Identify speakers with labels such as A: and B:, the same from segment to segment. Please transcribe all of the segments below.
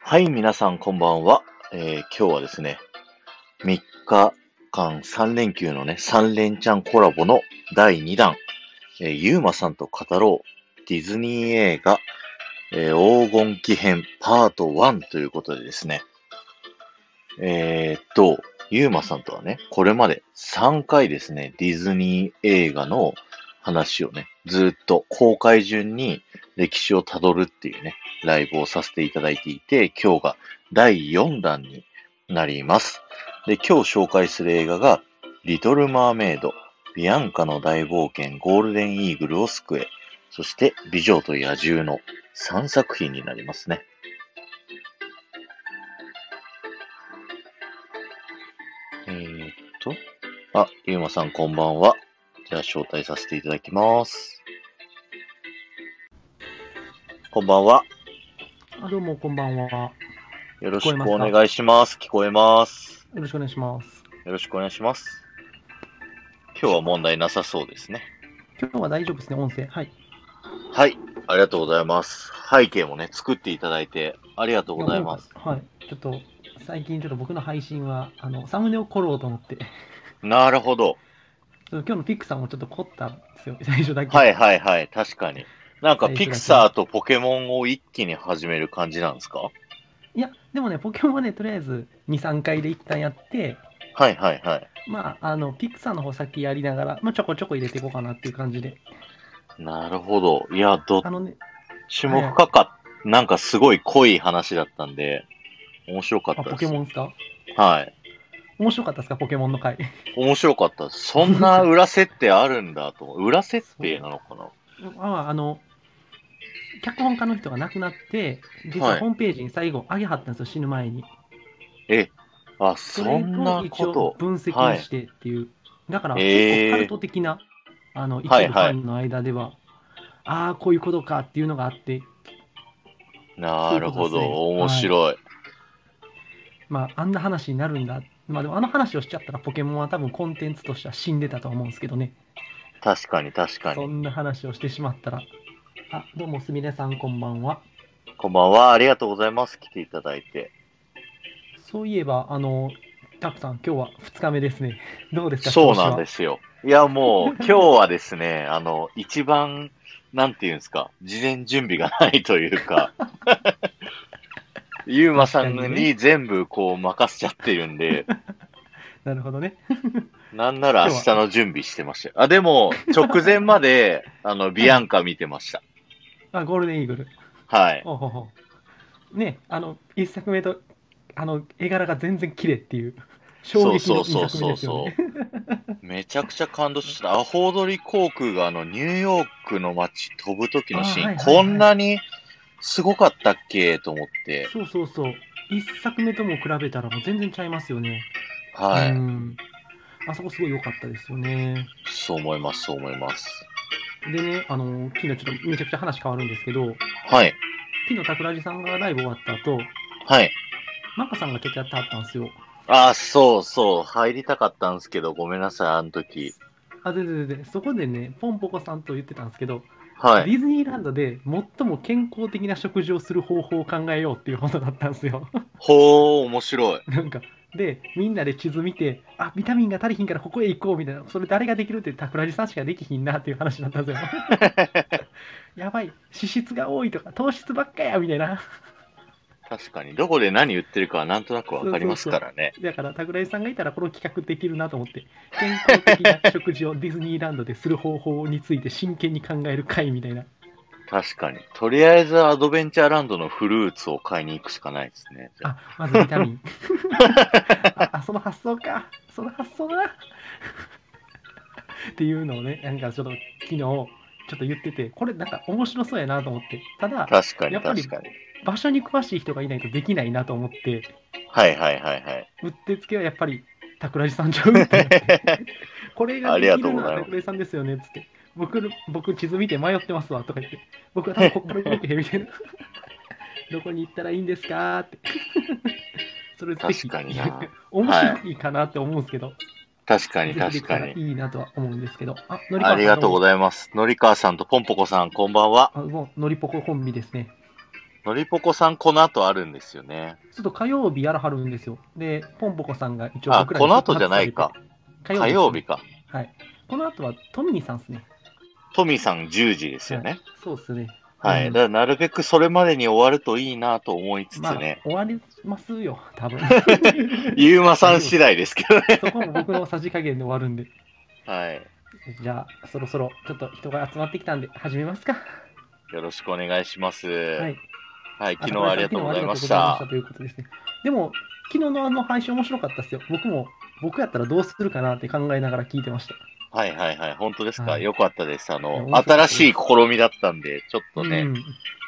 A: はい、皆さんこんばんは。えー今日はですね、3日間3連休のね、3連チャンコラボの第2弾、えーゆうまさんと語ろうディズニー映画、えー黄金期編パート1ということでですね、えーっと、ゆうまさんとはね、これまで3回ですね、ディズニー映画の話をね、ずっと公開順に歴史をたどるっていうね、ライブをさせていただいていて、今日が第4弾になります。で、今日紹介する映画が、リトル・マーメイド、ビアンカの大冒険、ゴールデン・イーグルを救え、そして、美女と野獣の3作品になりますね。えー、っと、あ、ゆうまさんこんばんは。じゃあ、招待させていただきます。こんばんは。
B: あどうも、こんばんは。よ
A: よろしくお願いします。聞こえます。
B: ろしくお願いします。
A: よろしくお願いします。今日は問題なさそうですね。
B: 今日は大丈夫ですね、音声。はい。
A: はい、ありがとうございます。背景もね、作っていただいてありがとうございます。
B: はい。ちょっと、最近ちょっと僕の配信は、あの、サムネを凝ろうと思って、ち
A: なるほど。
B: ょっと今日のピックさんもちょっと凝ったんですよ、 最初だけ。。
A: はいいはいはい、確かに。なんか
B: はい
A: ピクサーとポケモンを一気に始める感じなんですか
B: や、でもね、ポケモンはね、とりあえず2、3回で一旦やって、
A: はいはいはい。
B: まあ、あの、ピックさんの方先やりながら、まあ、ちょこちょこ入れていこうかなっていう感じで。
A: なるほど。いや、どっ
B: あのね、
A: ちも深かった。なんかすごい濃い話だったんで、面白かった
B: あ
A: です。
B: ポケモンですか
A: はい。
B: 面白かったですか、ポケモンの回。
A: 面白かったです。そんな裏設定あるんだと思 う。裏設定なのかな
B: ああの脚本家の人が亡くなって実
A: は
B: はいホームページに最後上げはったんですよ、死ぬ前に
A: え、あ、
B: そ
A: そ
B: れ
A: んな
B: を一
A: こ
B: 応
A: と。
B: 分析をしてっていう、だから
A: へ
B: 結
A: え
B: 構オカルト的な、あの一部フ
A: はいはい
B: ァンの間では、ああこういうことかっていうのがあって
A: なるほど。
B: そういうこと
A: 面
B: ですね
A: 白い。
B: まああんな話になるんだまあでもあの話をしちゃったらポケモンは多分コンテンツとしては死んでたと思うんですけどね
A: 確かに確か
B: そ
A: に。
B: んな話をしてしまったらあどうもすみれさんこんばんは
A: こんばんは。ありがとうございます。来ていただいて。
B: そういえばあのたくさん今日は2日目ですねどうですか
A: そうなんですすよ。いや、もう、今日はですね、 あの、一番、なんていうんですか、事前準備がないというか、ゆうまさん
B: 確かに
A: に全部こう任せちゃってるんで、
B: なるほどね。
A: なんなら明日の準備してましたよ。あ、でも、直前まで、 あの、ビアンカ見てました。
B: あ、ゴールデンイーグル。
A: はい。
B: おうほうほうね、あの、一作目と、あの、絵柄が全然綺麗っていう、衝撃の二作目ですよね。
A: う。めちゃくちゃ感動した。アホードリ航空があのニューヨークの街飛ぶ時のシーン、
B: あはいはいはい
A: こんなにすごかったっけと思って。
B: そうそうそう。一作目とも比べたらもう全然ちゃいますよね。
A: はい。
B: うん。あそこすごい良かったですよね。
A: そう思います、そう思います。
B: でね、あの、昨日ちょっとめちゃくちゃ話変わるんですけど、
A: はい。
B: 昨日桜地さんがライブ終わった後、
A: はい。
B: マカさんがちょっとやってはったんですよ。
A: あ、そうそう。入りたかったんですけど、ごめんなさい、あの時。
B: あ、でででで、そこでね、ポンポコさんと言ってたんですけど、
A: はい。
B: ディズニーランドで最も健康的な食事をする方法を考えようっていうことだったんですよ。
A: ほー、面白い。
B: なんかでみんなで地図見てあビタミンが足りひんからここへ行こうみたいなそれ誰ができるって桜地さんしかできひんなっていう話になったんですよ。やばい脂質が多いとか糖質ばっかやみたいな
A: 確かに。どこで何言ってるかはなんとなくわかりますからね。
B: だから桜地さんがいたらこの企画できるなと思って健康的な食事をディズニーランドでする方法について真剣に考える会みたいな
A: 確かに。とりあえずアドベンチャーランドのフルーツを買いに行くしかないですね。じゃあ
B: あまずビタミンああその発想かその発想だなっていうのをねなんかちょっと昨日ちょっと言っててこれなんか面白そうやなと思ってただ
A: 確かに
B: やっぱり
A: 確かに。
B: 場所に詳しい人がいないとできないなと思って
A: はいはいはいはい。
B: うってつけはやっぱり桜地さんちゃうみたいな これがで
A: あ
B: き
A: りがとう
B: る
A: ご
B: の
A: ざいます
B: は桜地さんですよねっつって僕の僕地図見て迷ってますわとか言って僕は多分こっから動けへんみたいな どこに行ったらいいんですかって それぜひ
A: 確かにな。
B: 面白いかなって思うんですけど、
A: 確かに
B: ぜひ
A: 確
B: でき
A: か
B: たらい
A: に。
B: いなとは思うんですけど、あ、のり
A: ありがとうご
B: ざい
A: ざいます。のりかわさんとぽんぽこさん、こんばんは。
B: ます。あもうのりぽこコンビですね。
A: のりぽこさん、この後あるんですよね。
B: ちょっと火曜日やらはるんですよ。で、ポンポコさんが一応
A: あ、
B: 僕らに
A: この後じゃないか。
B: 火
A: 火曜日か。
B: はい。この後はトミーさんですね。
A: トミーさん10時ですよね。
B: そうですね。
A: はい。
B: うん
A: だからなるべくそれまでに終わるといいなと思いつつ
B: まあ、
A: ね、
B: 終わりますよ、多分。
A: ゆうまさん次第ですけどね。
B: そこも僕のさじ加減で終わるんで。
A: はい。
B: じゃあ、そろそろちょっと人が集まってきたんで、始めますか。
A: よろしくお願いします。
B: は
A: はいい。。昨日はありがとうございまし
B: あ
A: た。
B: 昨日はありがとうございましたということですね。でも、昨日のあの配信面白かったですよ。僕も、僕やったらどうするかなって考えながら聞いてました。
A: はいはいはい。本当ですか、
B: はい
A: よかったです。あ
B: いや
A: の
B: 本、当
A: 新しい試みだったんで、ちょっとね、
B: うん。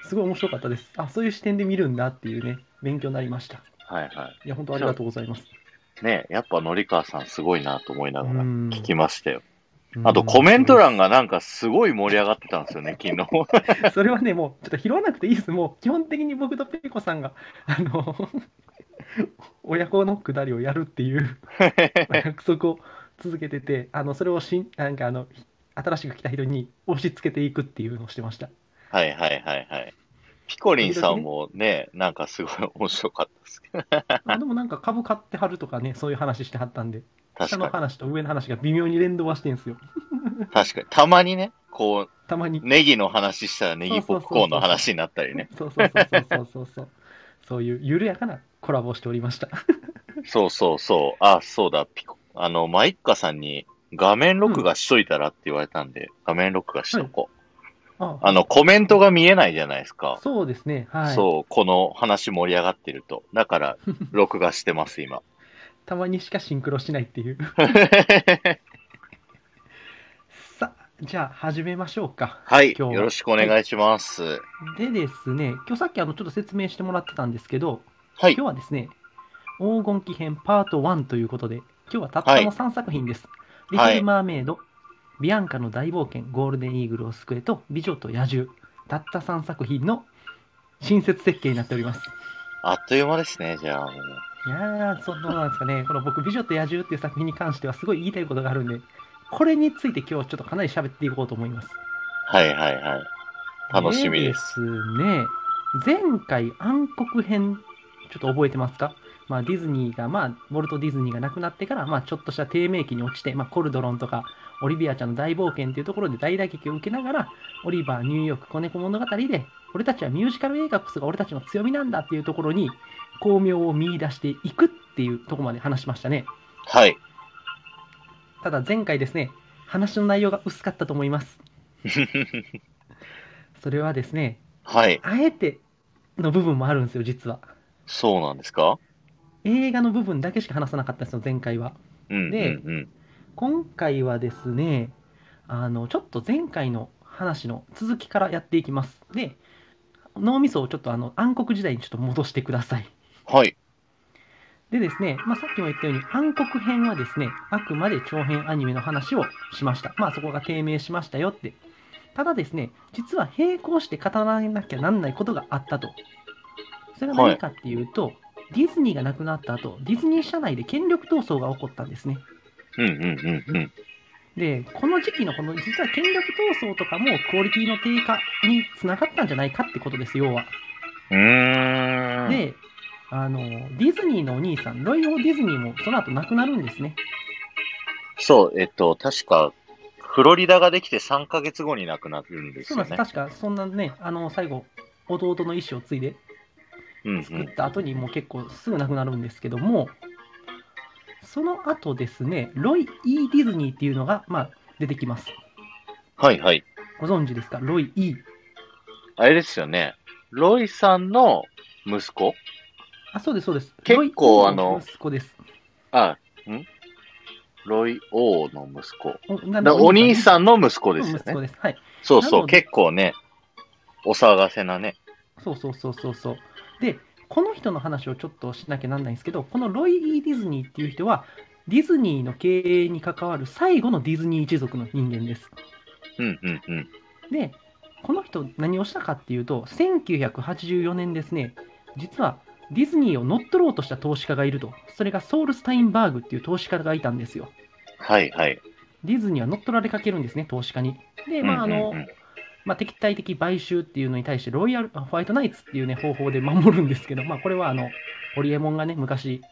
B: すごい面白かったです。あ、そういう視点で見るんだっていうね、勉強になりました。
A: はいはい
B: や、本当ありがとうございます。
A: い。ね、やっぱのりかわさんすごいなと思いながら
B: うん
A: 聞きましたよ。
B: うん
A: あとコメント欄がなんかすごい盛り上がってたんですよね、昨 日。
B: それはね、もうちょっと拾わなくていいです。もう基本的に僕とペコさんが、あの、 親子のくだりをやるっていう 約束を続けてて、あのそれをしんなんかあの新しく来た人に押し付けていくっていうのをしてました。
A: はいはいはいはい。ピコリンさんもね、なんかすごい面白かったですけど。
B: あでもなんか株買ってはるとかね、そういう話してはったんで、下
A: 確
B: の
A: か
B: 話と上の話が微妙に連動はしてんすよ。
A: に。確かに。たまにね、こう、
B: たまに。
A: ネギの話したらネギポップコーンの話になったりね。
B: そうそうそうそうそうそう。そういう緩やかなコラボをしておりました。
A: そうそうそう。あ、そうだ、ピコ。あの、マイッカさんに画面録画しといたらって言われたんで、画面録画しとこう。
B: あ
A: あの、コメントが見えないじゃないですか。
B: そうですね。はい。
A: そう、この話盛り上がってると。だ から、録画してます、今。
B: たまにしかシンクロしないっていう。さあ、じゃあ始めましょうか。
A: はい、
B: 今日は
A: よろしくお願いします。
B: でですね、今日さっきあのちょっと説明してもらってたんですけど、
A: はい
B: 今、日はですね、黄金期編パート1ということで、今日はたったの3作品です。リ
A: はい
B: トル・マーメイド、ビアンカの大冒険、ゴールデン・イーグルを救えと、美女と野獣、たった3作品の新設設計になっております。
A: あっという間ですね、じゃあもう。
B: いやー、そうどうなんですかね、この僕、美女と野獣っていう作品に関してはすごい言いたいことがあるんで、これについて今日はちょっとかなり喋っていこうと思います。
A: はいはいはい。楽しみです。
B: ですね。前回、暗黒編、ちょっと覚えてますか、まあ、ディズニーが、まあ、ウォルト・ディズニーが亡くなってから、まあ、ちょっとした低迷期に落ちて、まあ、コルドロンとか、オリビアちゃんの大冒険というところで大打撃を受けながら、オリバー、ニューヨーク、子猫物語で、俺たちはミュージカル映画こそが俺たちの強みなんだっていうところに、巧妙を見出していくっていうところまで話しましたね。
A: はい。
B: ただ前回ですね、話の内容が薄かったと思います。それはですね、
A: はい。
B: あえての部分もあるんですよ、実は。
A: そうなんですか
B: 映画の部分だけしか話さなかったんですよ、前回は。
A: うん。
B: で
A: うんうん、
B: 今回はですね、あのちょっと前回の話の続きからやっていきます。で、脳みそをちょっとあの暗黒時代にちょっと戻してください。
A: はい。
B: でですね、まあ、さっきも言ったように暗黒編はですね、あくまで長編アニメの話をしました。まあそこが低迷しましたよって。ただですね、実は並行して語らなきゃなんないことがあったと。それが何かっていうと、ディズニーがなくなった後、ディズニー社内で権力闘争が起こったんですね。
A: うんうんうんうん。
B: で、この時期のこの実は権力闘争とかもクオリティの低下につながったんじゃないかってことです、要は。
A: うーん。
B: で、あの、ディズニーのお兄さん、ロイオ・ディズニーもその後亡くなるんですね。
A: そう、えっと、確か、フロリダができて3ヶ月後に亡くなるんです
B: そうな
A: よ
B: んで
A: ね
B: す。。確か、そんなね、あの、最後、弟の意思を継いで
A: うんう
B: 作
A: ん
B: っ。た後に、もう結構すぐ亡くなるんですけども、その後ですね、ロイ・ E ・ディズニーっていうのが、まあ、出てきます。
A: はいはい。
B: ご存知ですかロイ・ E。
A: あれですよね。ロイさんの息子
B: あ、そうです、そうです。
A: 結構
B: ロイ
A: あの
B: 息子です。
A: あ、んロイ王の息子。
B: おな
A: だお兄
B: ん
A: さんの息子
B: の
A: ですよ
B: 息子
A: ね。
B: です。はい。
A: そうそ
B: なの
A: う、
B: で
A: 結構ね、お騒がせなね。
B: そうそうそうそうそう。で、この人の話をちょっとしなきゃなんないんですけど、このロイ・ E ・ディズニーっていう人は、ディズニーの経営に関わる最後のディズニー一族の人間です。
A: うんうんうん。
B: で、この人、何をしたかっていうと、1984年ですね、実はディズニーを乗っ取ろうとした投資家がいると、それがソウルスタインバーグっていう投資家がいたんですよ。
A: はいはい。
B: ディズニーは乗っ取られかけるんですね、投資家に。で、まあ、あ
A: うんうん
B: の
A: うん、
B: まあ、敵対的買収っていうのに対して、ロイヤル、あホワイトナイツっていうね、方法で守るんですけど、まあ、これはあの、ホリエモンがね、昔、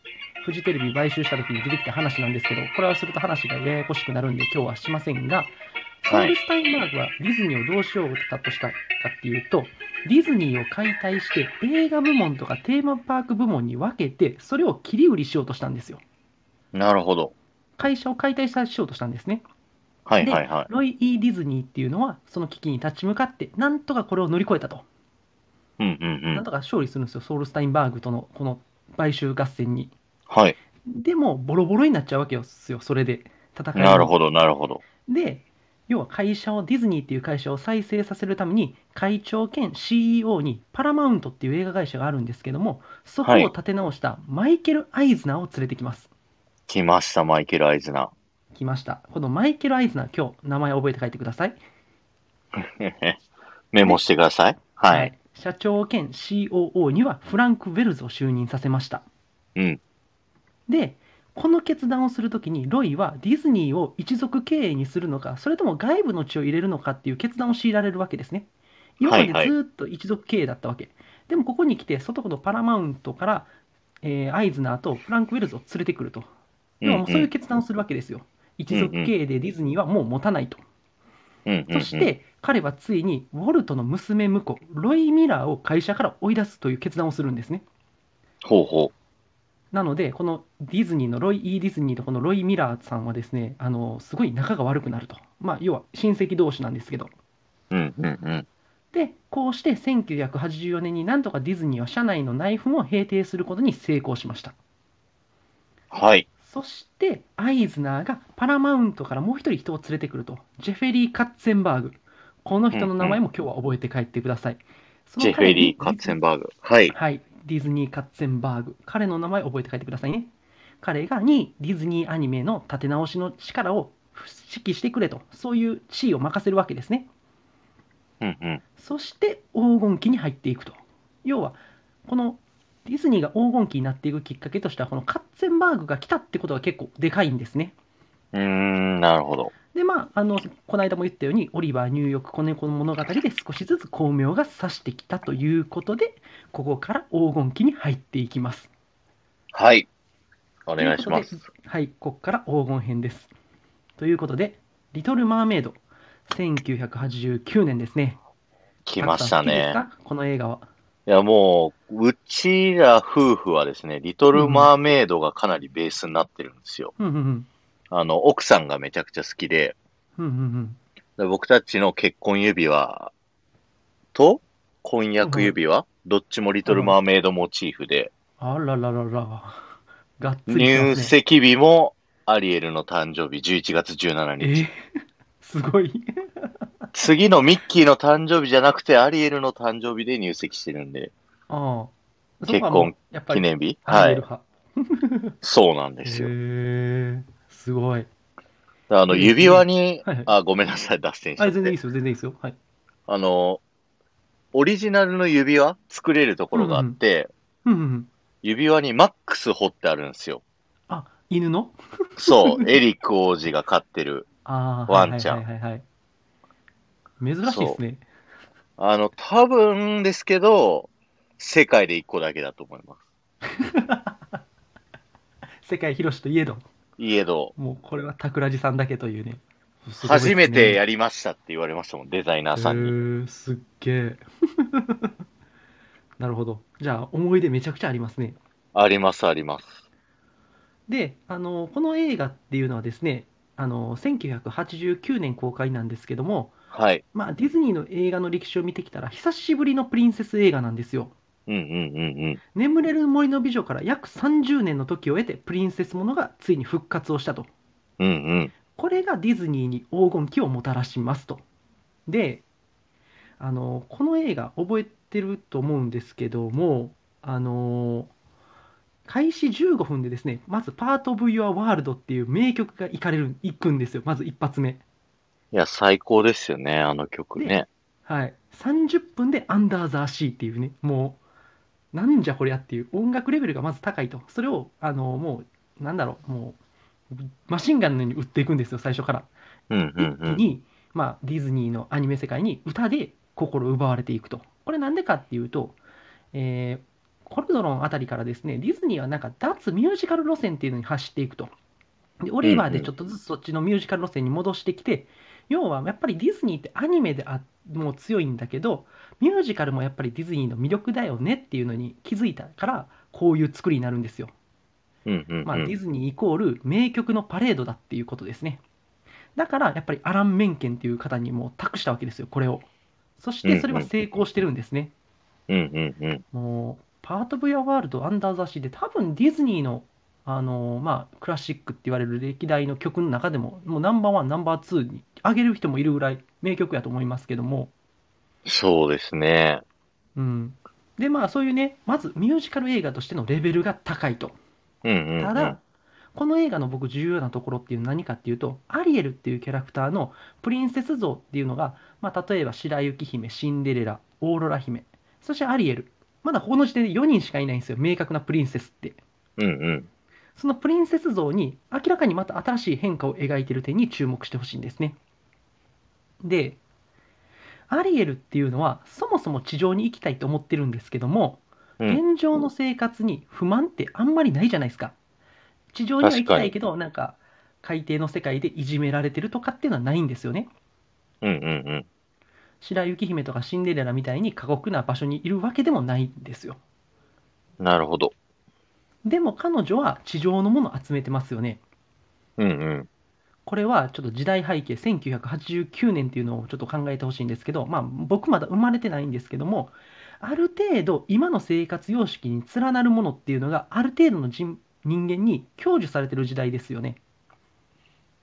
B: フジテレビ買収した時に出てきた話なんですけど、これはすると話がややこしくなるんで、今日はしませんが、ソールスタインバーグはディズニーをどうしようとしたかっていうと、ディズニーを解体して映画部門とかテーマパーク部門に分けて、それを切り売りしようとしたんですよ。
A: なるほど。
B: 会社を解体しようとしたんですね。
A: はいはいはい。
B: ロイ・ E ・ディズニーっていうのは、その危機に立ち向かって、なんとかこれを乗り越えたと。
A: うんうんう
B: なん
A: ん。
B: とか勝利するんですよ、ソールスタインバーグとのこの買収合戦に。
A: はい。
B: でも、ボロボロになっちゃうわけですよ、それで。戦いに
A: なるほどなるほど。
B: で、要は会社を、ディズニーっていう会社を再生させるために、会長兼 CEO にパラマウントっていう映画会社があるんですけども、そこを立て直したマイケル・アイズナーを連れてきます。
A: 来ました、マイケル・アイズナ
B: 来ました。このマイケル・アイズナー、今日、名前覚えて書いてください。
A: ー。 メモしてください。はい。
B: 社長兼 COO にはフランク・ウェルズを就任させました。
A: うん
B: で、この決断をするときに、ロイはディズニーを一族経営にするのか、それとも外部の血を入れるのかっていう決断を強いられるわけですね。今まで
A: はいはい
B: ずっと一族経営だったわけ。でもここに来て、外のパラマウントから、えーアイズナーとフランク・ウェルズを連れてくると。でももうそういう決断をするわけですよ。一族経営でディズニーはもう持たないと。
A: うんうんう
B: そ
A: ん
B: して彼はついにウォルトの娘婿ロイ・ミラーを会社から追い出すという決断をするんですね。
A: ほうほ
B: なのでこのディズニーのロイ・イー・ディズニーとこのロイ・ミラーさんはですねあのすごい仲が悪くなると、まあ、要は親戚同士なんですけど
A: う。うんうんうん。
B: でこうして1984年になんとかディズニーは社内の内紛を平定することに成功しました
A: はい。
B: そしてアイズナーがパラマウントからもう一人人を連れてくるとジェフェリー・カッツェンバーグこの人の名前も今日は覚えて帰ってください、その
A: ジェフェリー・カッツェンバーグ。はい。
B: はい、ディズニー・カッツェンバーグ。彼の名前覚えて書いてくださいね。彼がにディズニーアニメの立て直しの力を指揮してくれと、そういう地位を任せるわけですね。
A: うんうん。
B: そして黄金期に入っていくと。要は、このディズニーが黄金期になっていくきっかけとしては、このカッツェンバーグが来たってことが結構でかいんですね。
A: うーん、なるほど。
B: で、まあ、あの、この間も言ったように、オリバー、ニューヨーク、子猫の物語で少しずつ光明が差してきたということで、ここから黄金期に入っていきます。
A: はい。お願いしま
B: という
A: す
B: こ。とで。はい、ここから黄金編です。ということで、リトル・マーメイド、1989年ですね。
A: 来ましたね
B: タ。クさん好きですかこの映画は。
A: いや、もう、うちら夫婦はですね、リトル・マーメイドがかなりベースになってるんですよ。
B: うんうんうん。
A: あの、奥さんがめちゃくちゃ好きで、
B: うんうんうん。
A: で僕たちの結婚指輪と婚約指輪、どっちもリトル・マーメイドモチーフで、
B: あらららら。がっつり来てま
A: 入
B: すね。
A: 籍日もアリエルの誕生日11月17
B: え
A: 日。
B: ーすごい。
A: 次のミッキーの誕生日じゃなくて、アリエルの誕生日で入籍してるんで、
B: ああ。
A: 結婚
B: そこはもう、やっぱ
A: 記
B: り、
A: 念日
B: ア
A: は
B: イエル
A: い。
B: 派。
A: そうなん
B: へ
A: ですよ。
B: えすごい。
A: あの、指輪に
B: はいはい、
A: あ、ごめんなさい、脱線しちゃ
B: あ、
A: って
B: 全然いい。ですよ、全然いいですよ。はい。
A: あの、オリジナルの指輪作れるところがあって、
B: うんうんうん。
A: 指輪にマックス彫ってあるんですよ。
B: あ、犬の
A: そう、エリック王子が飼ってる。
B: ああ、
A: ワンちゃん
B: はいはいはいはいはい。珍しいですね。
A: あの、多分ですけど、世界で一個だけだと思います。
B: 世界広しといえど、
A: いえど、
B: もうこれは桜地さんだけというね。すごいですね
A: 初めてやりましたって言われましたもん、デザイナーさん
B: へ
A: に。
B: ーすっげえ。 なるほど。じゃあ、思い出めちゃくちゃありますね。
A: あります、あります。
B: で、あの、この映画っていうのはですね、あの、1989年公開なんですけども、
A: はい。
B: まあ、ディズニーの映画の歴史を見てきたら、久しぶりのプリンセス映画なんですよ。
A: うんうんうんうん。
B: 眠れる森の美女から約30年の時を経て、プリンセスものがついに復活をしたと。
A: うんうん。
B: これがディズニーに黄金期をもたらしますと。で、あのこの映画覚えてると思うんですけども、あの開始15分でですね、まずパート・オブ・ユア・ワールドっていう名曲がいかれる、いくんですよ、まず一発目。
A: いや、最高ですよね、あの曲ね。
B: はい。30分でアンダー・ザ・シーっていうね、もう、なんじゃこりゃっていう音楽レベルがまず高いと。それを、あのもう、なんだろう、もう、マシンガンのように打っていくんですよ、最初から。
A: うんうんう
B: 一気
A: ん。
B: にまあ、ディズニーのアニメ世界に歌で心を奪われていくと。これなんでかっていうと、えーコルドロンあたりからですね、ディズニーはなんか脱ミュージカル路線っていうのに走っていくと。で、オリバーでちょっとずつそっちのミュージカル路線に戻してきて、要はやっぱりディズニーってアニメであもう強いんだけど、ミュージカルもやっぱりディズニーの魅力だよねっていうのに気づいたから、こういう作りになるんですよ。
A: うんうんうん
B: まあ、ディズニーイコール名曲のパレードだっていうことですね。だからやっぱりアラン・メンケンっていう方にもう託したわけですよ、これを。そしてそれは成功してるんですね。
A: うんうんうん。
B: もう、パート・ブ・ヤ・ワールド、アンダー・ザ・シーで多分ディズニーの、あのーまあ、クラシックって言われる歴代の曲の中でも、もうナンバーワン、ナンバーツーに上げる人もいるぐらい名曲やと思いますけども、
A: そうですね。
B: うん。で、まあそういうね、まずミュージカル映画としてのレベルが高いと。
A: うんうんうん。
B: ただ、この映画の僕重要なところっていうのは何かっていうと、アリエルっていうキャラクターのプリンセス像っていうのが、まあ、例えば白雪姫、シンデレラ、オーロラ姫、そしてアリエル。まだこの時点で4人しかいないんですよ、明確なプリンセスって。
A: うんうん。
B: そのプリンセス像に明らかにまた新しい変化を描いている点に注目してほしいんですね。で、アリエルっていうのはそもそも地上に行きたいと思ってるんですけども、
A: うん
B: 現状の生活に不満ってあんまりないじゃないですか。地上には行きたいけど、なんか海底の世界でいじめられてるとかっていうのはないんですよね。
A: うんうん
B: 白雪姫とかシンデレラみたいに過酷な場所にいるわけでもないんですよ。
A: うん。なるほど。
B: でも彼女は地上のものを集めてますよね。
A: うんうん。
B: これはちょっと時代背景1989年っていうのをちょっと考えてほしいんですけど、まあ、僕まだ生まれてないんですけどもある程度今の生活様式に連なるものっていうのがある程度の人人間に享受されてる時代ですよね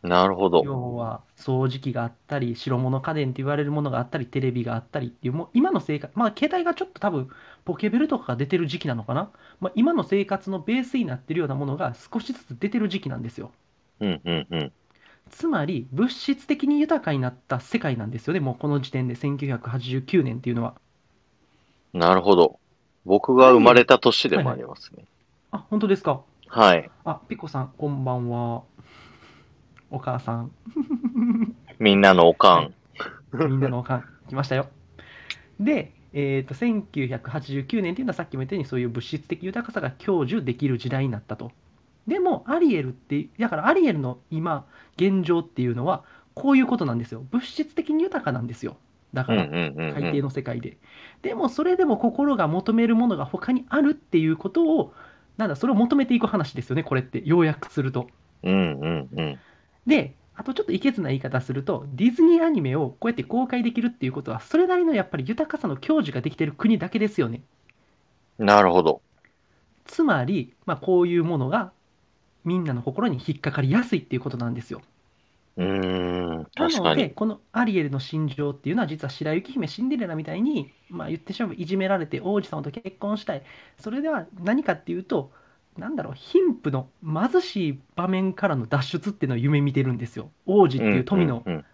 A: なるほど。
B: 要は掃除機があったり白物家電って言われるものがあったりテレビがあったりっていうもう今の生活まあ携帯がちょっと多分ポケベルとかが出てる時期なのかな、まあ、今の生活のベースになってるようなものが少しずつ出てる時期なんですよ
A: うんうんうん。
B: つまり物質的に豊かになった世界なんですよね、もうこの時点で1989年っていうのは。
A: なるほど。僕が生まれた年でもありますね。
B: あ、本当ですか。
A: はい。
B: あ、ピコさん、こんばんは。お母さん、
A: みんなのおかん。
B: みんなのおかん、 来ましたよ。で、えー、と1989年っていうのはさっきも言ったようにそういう物質的豊かさが享受できる時代になったと。でも、アリエルって、だからアリエルの今、現状っていうのは、こういうことなんですよ。物質的に豊かなんですよ。だ
A: う
B: か
A: んう
B: ら、
A: んうん
B: 海底
A: うん。
B: の世界で。でもそれでも心が求めるものが他にあるっていうことを、なんだ、それを求めていく話ですよね、これって、要約すると。
A: うんうんうん。
B: で、あとちょっといけずな言い方すると、ディズニーアニメをこうやって公開できるっていうことは、それなりのやっぱり豊かさの享受ができてる国だけですよね。
A: なるほど。
B: つまり、まあ、こういうものがみんなの心に引っかかりやすいっていうことなんですよ。
A: うーん。
B: な
A: 確
B: の
A: か
B: で、
A: に。
B: このアリエルの心情っていうのは、実は白雪姫、シンデレラみたいに、まあ、言ってしまえばいじめられて、王子様と結婚したい、それでは何かっていうと、なんだろう、貧富の貧しい場面からの脱出っていうのを夢見てるんですよ、王子っていう富の、
A: うんうん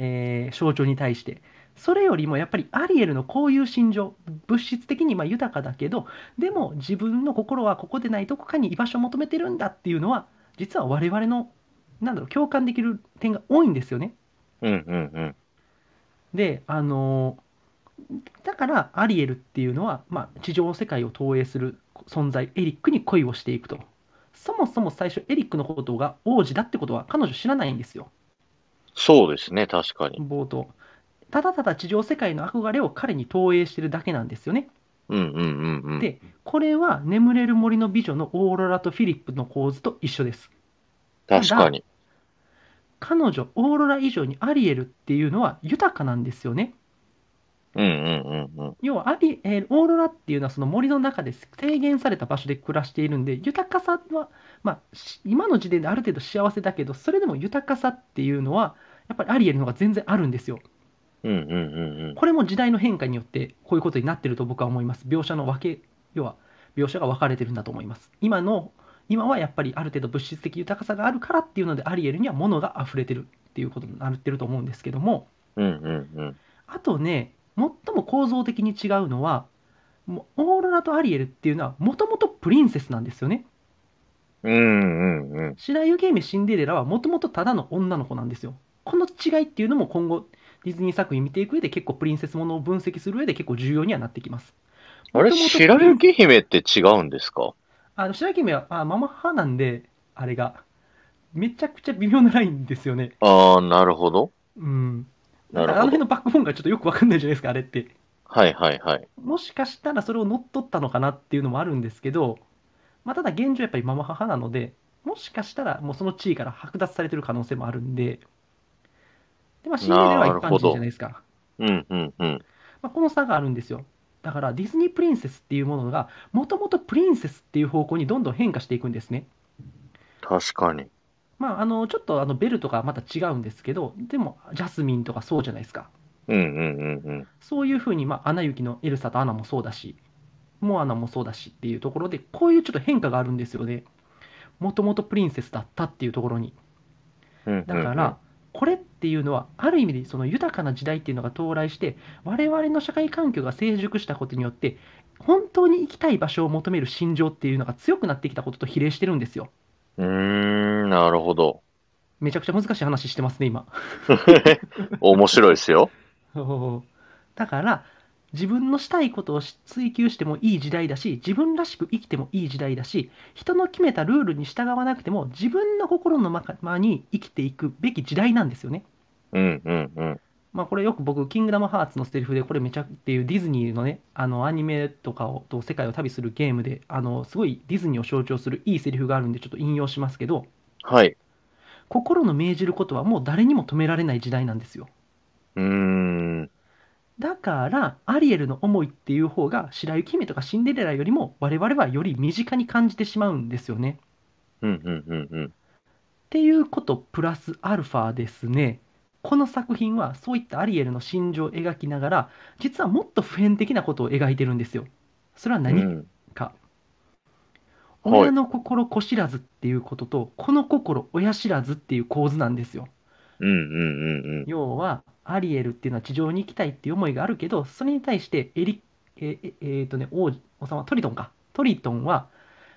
B: えー象徴に対して。それよりもやっぱりアリエルのこういう心情、物質的にまあ豊かだけど、でも自分の心はここでないどこかに居場所を求めてるんだっていうのは、実は我々の、なんだろう、共感できる点が多いんですよね。
A: うんうんうん。
B: で、あのーだからアリエルっていうのは、まあ、地上世界を投影する存在エリックに恋をしていくとそもそも最初エリックのことが王子だってことは彼女知らないんですよ
A: そうですね、確かに。
B: 冒頭ただただ地上世界の憧れを彼に投影してるだけなんですよね
A: うんうんうんうん。
B: でこれは眠れる森の美女のオーロラとフィリップの構図と一緒です
A: 確かに。
B: 彼女オーロラ以上にアリエルっていうのは豊かなんですよね
A: うんうんうんうん。
B: 要はアリ、えーオーロラっていうのはその森の中で制限された場所で暮らしているんで豊かさは、まあ、し今の時点である程度幸せだけどそれでも豊かさっていうのはやっぱりアリエルの方が全然あるんですよ
A: うんうんうんうん。
B: これも時代の変化によってこういうことになってると僕は思います描写の分け要は描写が分かれてるんだと思います今の今はやっぱりある程度物質的豊かさがあるからっていうのでアリエルには物が溢れてるっていうことになってると思うんですけども、
A: うんうんうん。
B: あとね、最も構造的に違うのは、もうオーロラとアリエルっていうのは、もともとプリンセスなんですよね。
A: うんうんうん。
B: 白雪姫シンデレラはもともとただの女の子なんですよ。この違いっていうのも今後、ディズニー作品見ていく上で結構プリンセスものを分析する上で結構重要にはなってきます。
A: あれ、
B: 元々
A: 白雪姫って違うんですか
B: あの白雪姫はあママ派なんで、あれが。めちゃくちゃ微妙なラインですよね。
A: ああ、なるほど。
B: うん。
A: な
B: だ
A: るほ
B: からあ
A: ど
B: の辺のバックボーンがちょっとよくわかんないじゃないですか、あれって。
A: はいはいはい。
B: もしかしたらそれを乗っ取ったのかなっていうのもあるんですけど、まあ、ただ現状やっぱりママ母なので、もしかしたらもうその地位から剥奪されてる可能性もあるんで、で、まあ、シンデレラは
A: な
B: 一
A: る
B: 般
A: ほ
B: 人
A: ど
B: じゃないですか。
A: うんうんうん。
B: まあ、この差があるんですよ。だからディズニープリンセスっていうものが、もともとプリンセスっていう方向にどんどん変化していくんですね。
A: 確かに。
B: まあ、あの、ちょっとあのベルとかはまた違うんですけど、でも、ジャスミンとかそうじゃないですか。
A: うんうんうんうん。
B: そういうふうに、まあ、アナ雪のエルサとアナもそうだし、モアナもそうだしっていうところで、こういうちょっと変化があるんですよね。もともとプリンセスだったっていうところに。
A: うんうんうん
B: だから、、これっていうのは、ある意味でその豊かな時代っていうのが到来して、我々の社会環境が成熟したことによって、本当に行きたい場所を求める心情っていうのが強くなってきたことと比例してるんですよ。
A: うーん、なるほど。
B: めちゃくちゃ難しい話してますね、今。
A: 面白いですよ。
B: そう だから自分のしたいことをし追求してもいい時代だし自分らしく生きてもいい時代だし人の決めたルールに従わなくても自分の心のままに生きていくべき時代なんですよね。
A: うんうんうん。
B: まあ、これよく僕、キングダムハーツのセリフで、これめちゃっていうディズニーのね、あのアニメとかをと世界を旅するゲームで、あのすごいディズニーを象徴するいいセリフがあるんで、ちょっと引用しますけど、
A: はい。
B: 心の命じることはもう誰にも止められない時代なんですよ。
A: うーん。
B: だから、アリエルの思いっていう方が、白雪姫とかシンデレラよりも、我々はより身近に感じてしまうんですよね。
A: うんうんうんうん。
B: っていうこと、プラスアルファですね。この作品は、そういったアリエルの心情を描きながら、実はもっと普遍的なことを描いてるんですよ。それは
A: う
B: 何
A: ん
B: か。
A: はい
B: 親の心子知らずっていうことと、この心親知らずっていう構図なんですよ。
A: うんうんうんうん。
B: 要はアリエルっていうのは地上に行きたいっていう思いがあるけどそれに対してエリえええーとね王子王様トリトンかトリトンは、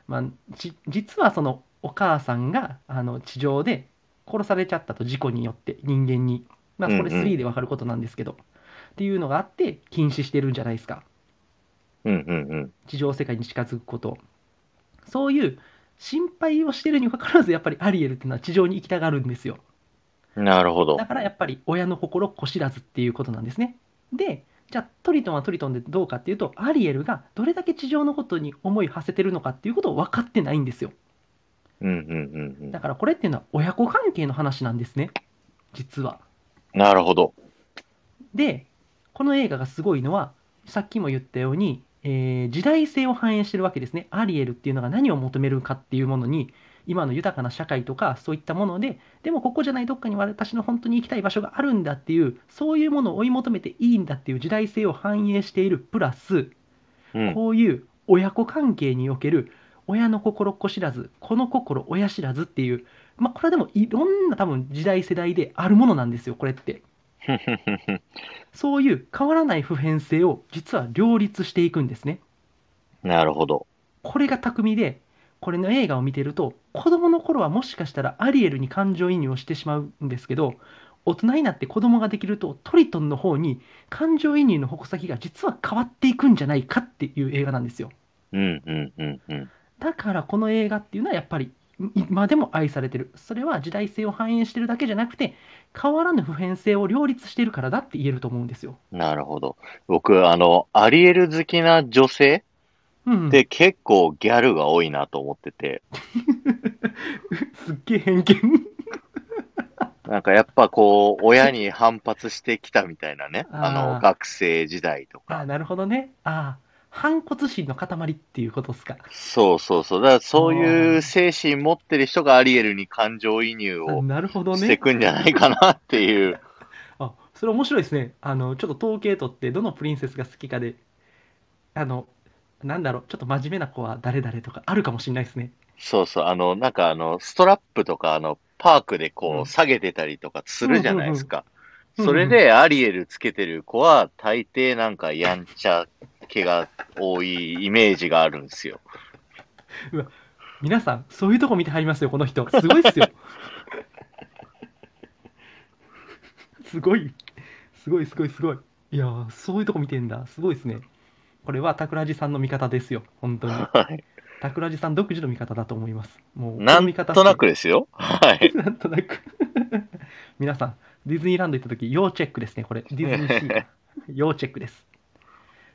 B: まあ、じ実はそのお母さんがあの地上で殺されちゃったと事故によって人間に、まあ、これ
A: うんうん
B: 3で分かることなんですけど、っていうのがあって禁止してるんじゃないですか
A: うんうんうん。
B: 地上世界に近づくことそういう心配をしてるにもかかわらずやっぱりアリエルっていうのは地上に行きたがるんですよ
A: なるほど
B: だ。からやっぱり親の心子知らずっていうことなんですね。で、じゃあトリトンはトリトンでどうかっていうと、アリエルがどれだけ地上のことに思い馳せてるのかっていうことを分かってないんですよ。
A: うんうんうん
B: だからこれっていうのは親子関係の話なんですね、実は。
A: うん。なるほど。
B: で、この映画がすごいのは、さっきも言ったように、えー時代性を反映してるわけですね。アリエルっていうのが何を求めるかっていうものに、今の豊かな社会とかそういったもので、でもここじゃないどっかに私の本当に行きたい場所があるんだっていう、そういうものを追い求めていいんだっていう時代性を反映しているプラス、
A: うん。
B: こういう親子関係における親の心子知らず、この心親知らずっていう、まあこれはでもいろんな多分時代世代であるものなんですよ、これって。そういう変わらない普遍性を実は両立していくんですね。
A: なるほど。
B: これが巧みで、これの映画を見てると、子供の頃はもしかしたらアリエルに感情移入をしてしまうんですけど、大人になって子供ができるとトリトンの方に感情移入の矛先が実は変わっていくんじゃないかっていう映画なんですよ。
A: うんうんうんうん。
B: だからこの映画っていうのはやっぱり今でも愛されてる。それは時代性を反映してるだけじゃなくて、変わらぬ普遍性を両立してるからだって言えると思うんですよ。
A: なるほど。僕、あの、アリエル好きな女性
B: うん、
A: って結構ギャルが多いなと思ってて、
B: すっげえ偏見
A: なんかやっぱこう、親に反発してきたみたいなね、あ
B: あ
A: の、
B: ー
A: 学生時代と
B: あ
A: か
B: あ、。なるほどね。ああ、反骨心の塊っていうことですか。
A: そうそうそう。だからそういう精神持ってる人がアリエルに感情移入
B: あ
A: を
B: なるほど
A: して
B: ね。
A: くんじゃないかなっていう。
B: あ、それ面白いですね。あの、ちょっと統計取って、どのプリンセスが好きかで、あの、なんだろう、ちょっと真面目な子は誰々とかあるかもしれないですね。
A: そうそう。あの、なんかあの、ストラップとかあの、パークで
B: う
A: こ
B: ん
A: う、下げてたりとかするじゃないですか。
B: うんうんう
A: そ
B: んうん
A: れでアリエルつけてる子は、大抵なんかやんちゃ気が多いイメージがあるんですよ。
B: 皆さん、そういうとこ見てはりますよ、こ の人。すごいっすよ。すごい。すごいすごいすごい。いやー、そういうとこ見てんだ。すごいですね。これは桜地さんの味方ですよ。本当に。
A: はい。
B: 桜地さん独自の味方だと思います。もう、こ
A: な
B: の
A: ん
B: 見方
A: となくです よ。はい。
B: なんとなく 皆さん、ディズニーランド行った時、要チェックですね、これ。ディズニーシー が。要チェックです。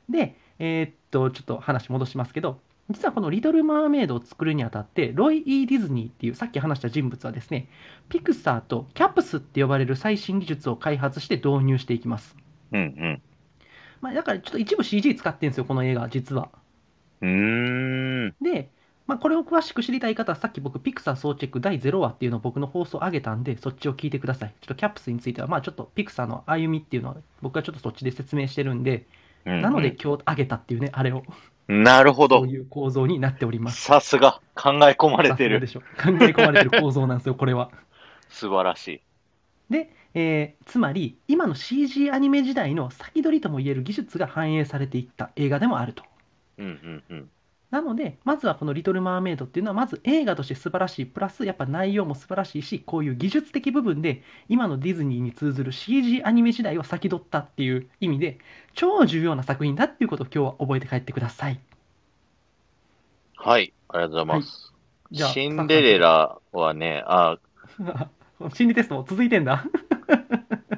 B: で、えーっと、ちょっと話戻しますけど、実はこのリトル・マーメイドを作るにあたって、ロイ・ E ・ディズニーっていう、さっき話した人物はですね、ピクサーとキャプスって呼ばれる最新技術を開発して導入していきます。
A: うん
B: まあ、だからちょっと一部 CG 使ってるんですよ、この映画、実は。
A: うん。うーん。
B: で、まあ、これを詳しく知りたい方は、さっき僕、ピクサー総チェック第0話っていうのを僕の放送上げたんで、そっちを聞いてください。ちょっとキャップスについては、まあ、ちょっとピクサーの歩みっていうのは、僕はちょっとそっちで説明してるんで、な
A: な
B: ので、今日上げたっていうね、あれを、
A: なるほ
B: そ
A: ど
B: う。いう構造になっております。
A: さすが。考え込まれてる。
B: さすがでしょ。考え込まれてる構造なんですよ、これは。
A: 素晴らし
B: で、えーつまり、今の CG アニメ時代の先取りともいえる技術が反映されていった映画でもあると。
A: い。うんうんうん。
B: なので、まずはこの「リトル・マーメイド」っていうのは、まず映画として素晴らしい、プラスやっぱ内容も素晴らしいし、こういう技術的部分で、今のディズニーに通ずる CG アニメ時代を先取ったっていう意味で、超重要な作品だっていうことを今日は覚えて帰ってください。
A: はい。ありがとうございます。
B: じゃあ
A: シンデレラはね、あ、
B: 心理テストも続いてんだ。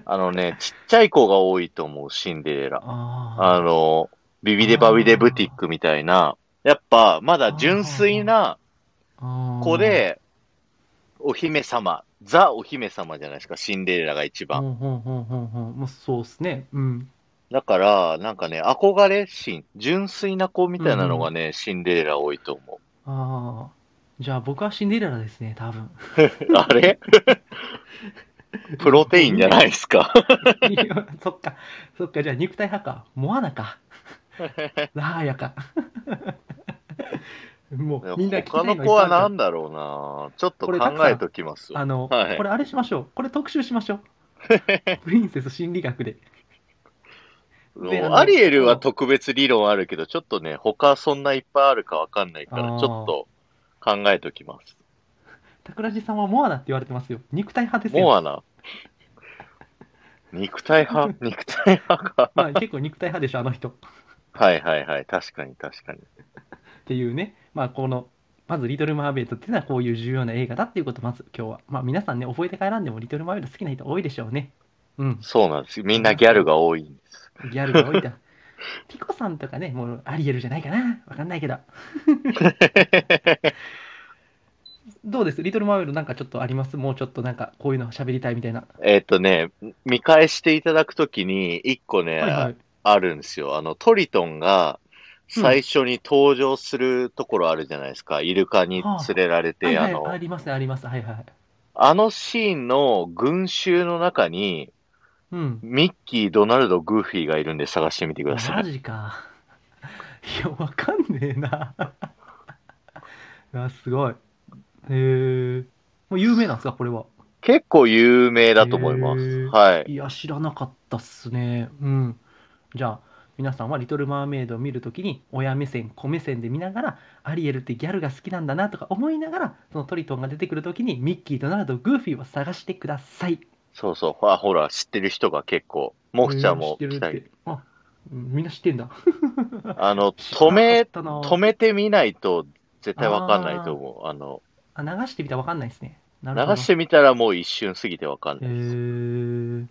A: あのね、ちっちゃい子が多いと思う、シンデレラ。あ
B: あ
A: の、ビビデバビデブティックみたいな、やっぱまだ純粋な
B: あ
A: 子、で、お姫様、ザお姫様じゃないですか、シンデレラが一
B: ほ
A: 番。
B: んほんほんほんほんもうそうっすね。うん。
A: だから、なんかね、憧れ心、純粋な子みたいなのがね、シンデレラ多いと思
B: ああ。じゃあ僕はシンデレラですね、多分。
A: う。あれプロテインじゃないですか。
B: いや そっか、そっか、じゃあ肉体派か、モアナか、 ラーヤか。もうみんな聞きた
A: 他
B: いが
A: の
B: いっぱい
A: 子は
B: あ
A: 何
B: る
A: だろうなちょっと
B: これ
A: 考えときます
B: からあの、
A: はい
B: これあれしましょう。これ特集しましょ う。プリンセス心理学で。
A: もう
B: であの
A: アリエルは特別理論あるけど、ちょっとね、他そんないっぱいあるかわかんないから
B: あ、ー
A: ちょっと考えときます。
B: 桜地さんはモアナって言われてますよ。肉体派ですよ。
A: モアナ。肉体 派肉体派か。
B: まあ、結構肉体派でしょ、あの人。っ
A: はいはいはい。確かに確かに。
B: ていうね、まあ、この、まず、リトル・マーメイドっていうのはこういう重要な映画だっていうことをまず今日は。まあ、皆さんね、覚えて帰らんでも、リトル・マーメイド好きな人多いでしょうね。うん。
A: そうなんです。みんなギャルが多いんです。
B: ギャルが多いだ。ピコさんとかね、もうアリエルじゃないかな。わかんない けど。どうですリトルマーメイドなんかちょっとありますもうちょっとなんかこういうの喋りたいみたいな。
A: えっ、とね、見返していただくときに、一個ね、
B: はいはい。
A: あるんですよ。あの、トリトンが最初に登場するところあるじゃないですか。イルカに連れられて、
B: はい
A: あ
B: はい、
A: の、
B: ありますね、あります。はいはい。
A: あのシーンの群衆の中に、
B: うん。
A: ミッキー、ドナルド、グーフィーがいるんで探してみてくださ
B: マ
A: い。
B: ジか。いや、わかんねえな。 あ、すごい。へえ。もう有名なんですかこれは。
A: 結構有名だと思いま
B: へ
A: す。
B: ー
A: はい。
B: いや、知らなかったっすね。うん。じゃあ、皆さんはリトル・マーメイドを見るときに、親目線、子目線で見ながら、アリエルってギャルが好きなんだなとか思いながら、そのトリトンが出てくるときに、ミッキー、ドナルド、グーフィーを探してください。
A: そうそう。あ、ほら、知ってる人が結構。モフちゃんも
B: みな
A: 来
B: 知って
A: た
B: るっ
A: り。
B: て。あ、うんみんな知ってんだ。
A: あの、止め、止
B: 止
A: めてみないと絶対わかんないと思う。あの、
B: あ、流してみたらわかんないですね。なるほど
A: 流してみたらもう一瞬過ぎてわかん
B: え
A: ないです。
B: ー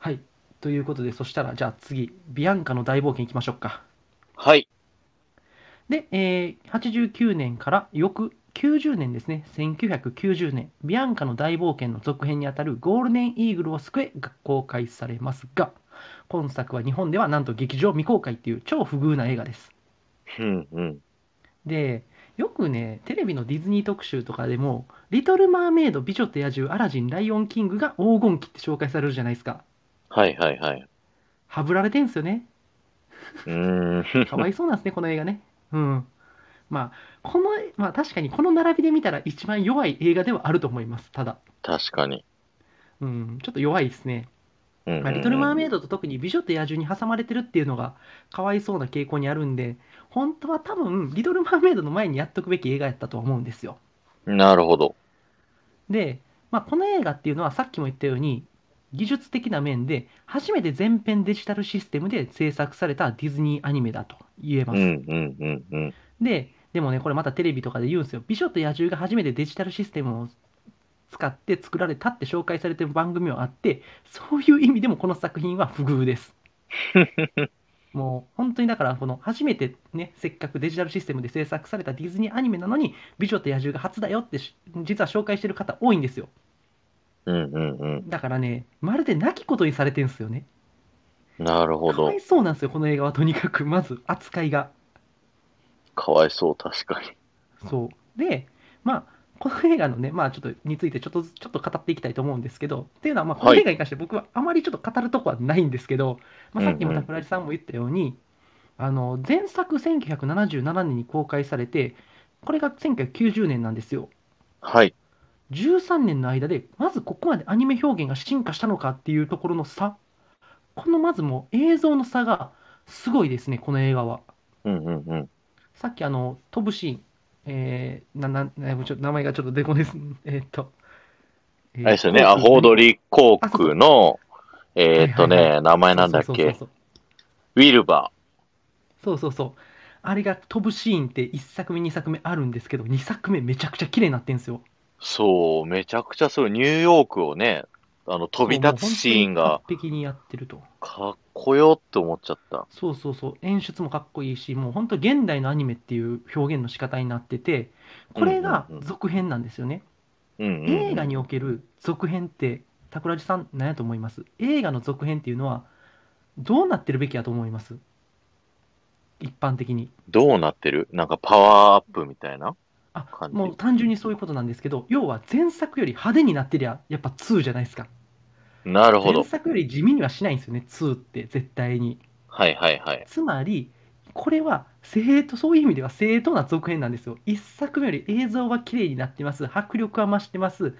B: はい。ということで、そしたら、じゃあ次、ビアンカの大冒険いきましょうか。
A: はい。
B: で、えー89年から翌90年ですね、1990年、ビアンカの大冒険の続編にあたるゴールデンイーグルを救えが公開されますが、今作は日本ではなんと劇場未公開っていう超不遇な映画です。
A: うんうん。
B: で、よくね、テレビのディズニー特集とかでも、リトル・マーメイド、美女と野獣、アラジン、ライオン・キングが黄金期って紹介されるじゃないですか。
A: はいはいはい。
B: はぶられてんすよね。
A: うーん。
B: かわいそうなんですね、この映画ね。うん。まあ、この、まあ確かにこの並びで見たら一番弱い映画ではあると思います、ただ。
A: 確かに。
B: うん、ちょっと弱いですね。
A: うんうん
B: まあ、リトル・マーメイドと特に美女と野獣に挟まれてるっていうのがかわいそうな傾向にあるんで、本当は多分、リトル・マーメイドの前にやっとくべき映画やったとは思うんですよ。
A: なるほど。
B: で、まあ、この映画っていうのはさっきも言ったように、技術的な面で初めて全編デジタルシステムで制作されたディズニーアニメだと言えま
A: う
B: す、
A: んうんうんうん。
B: ででもねこれまたテレビとかで言うんですよ「美女と野獣」が初めてデジタルシステムを使って作られたって紹介されてる番組はあってそういう意味でもこの作品は不遇です もう本当にだからこの初めてねせっかくデジタルシステムで制作されたディズニーアニメなのに「美女と野獣」が初だよってし実は紹介してる方多いんですよ
A: うんうん
B: だからねまるでなきことにされてるんですよね
A: うん。なるほ
B: かわ
A: ど
B: い。そうなんですよこの映画はとにかくまず扱いが
A: かわいそう、確かに。
B: そう。で、まあ、この映画のね、まあ、ちょっとについてちょっとずちょっと語っていきたいと思うんですけど、っていうのは、まあ、この
A: はい
B: 映画に関して僕はあまりちょっと語るとこはないんですけど、まあ、さっき
A: う
B: も
A: んうん
B: 桜地さんも言ったように、あの前作1977年に公開されて、これが1990年なんですよ。
A: はい。
B: 13年の間で、まずここまでアニメ表現が進化したのかっていうところの差、このまずもう映像の差がすごいですね、この映画は。
A: うんうんうん。
B: さっきあの飛ぶシーン、えー、なななちょっと名前がちょっと出こです。 えーっと、えー
A: あれですよね、アホードリー航空の、えーっと
B: はいはい
A: ね、名前なんだっ
B: そうそうそう
A: け、
B: そう
A: ウィルバ
B: そうそうそう。あれが飛ぶシーンって1作目、2作目あるんですけど、2作目めちゃくちゃ綺麗になってんですよ。
A: ー。そう、めちゃくちゃそう、ニューヨークをね、あの、飛び立つシーンが
B: もう本当に完璧にやってると。
A: かっこよって思っちゃった。
B: そうそうそう。演出もかっこいいし、もう本当現代のアニメっていう表現の仕方になってて、これが
A: うんうんうん
B: 続編なんですよね。
A: うんうんうん。
B: 映画における続編って、桜地さん、何やと思います映画の続編っていうのは、どうなってるべきやと思います一般的に。
A: どうなってるなんかパワーアップみたいな
B: あ
A: 感じ
B: もう単純にそういうことなんですけど、要は前作より派手になってりゃ、やっぱ2じゃないですか。
A: なるほ
B: 前
A: ど。
B: 作より地味にはしないんですよね、2って絶対に。
A: はいはいはい。
B: つまり、これは正当、そういう意味では正当な続編なんですよ。1作目より映像は綺麗になってます、迫力は増してます、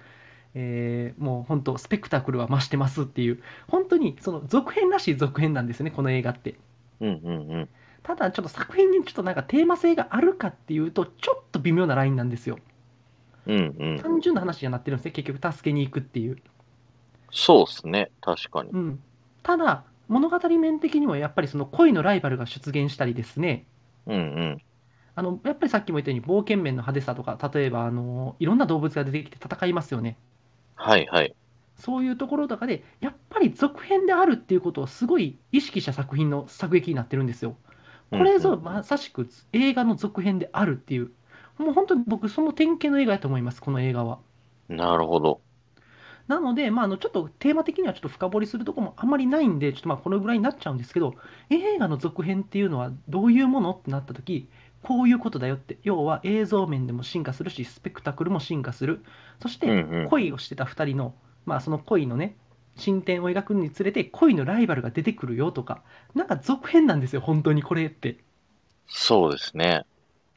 B: えーもう本当、スペクタクルは増してますっていう、本当にその続編らしい続編なんですよね、この映画って。
A: うんうんうん。
B: ただ、ちょっと作品にちょっとなんかテーマ性があるかっていうと、ちょっと微妙なラインなんですよ。
A: うんうん。
B: 単純な話にはなってるんですね、結局、助けに行くっていう。
A: そうっすね。確かに。
B: うん、ただ、物語面的にもやっぱりその恋のライバルが出現したりですね、
A: うんうん。
B: あのやっぱりさっきも言ったように冒険面の派手さとか例えばあのいろんな動物が出てきて戦いますよね
A: はいはい。
B: そういうところとかでやっぱり続編であるっていうことをすごい意識した作品の作劇になってるんですよこれ
A: う
B: ぞ
A: んうん
B: まさしく映画の続編であるっていうもう本当に僕その典型の映画だと思いますこの映画は
A: なるほど。
B: なので、まあ、あのちょっとテーマ的にはちょっと深掘りするとこもあんまりないんで、ちょっとまあこのぐらいになっちゃうんですけど、映画の続編っていうのはどういうものってなった時こういうことだよって、要は映像面でも進化するし、スペクタクルも進化する、そし
A: うん
B: て
A: うん。
B: 恋をしてた2人の、まあ、その恋のね、進展を描くにつれて、恋のライバルが出てくるよとか、なんか続編なんですよ、本当にこれって。
A: そうですね。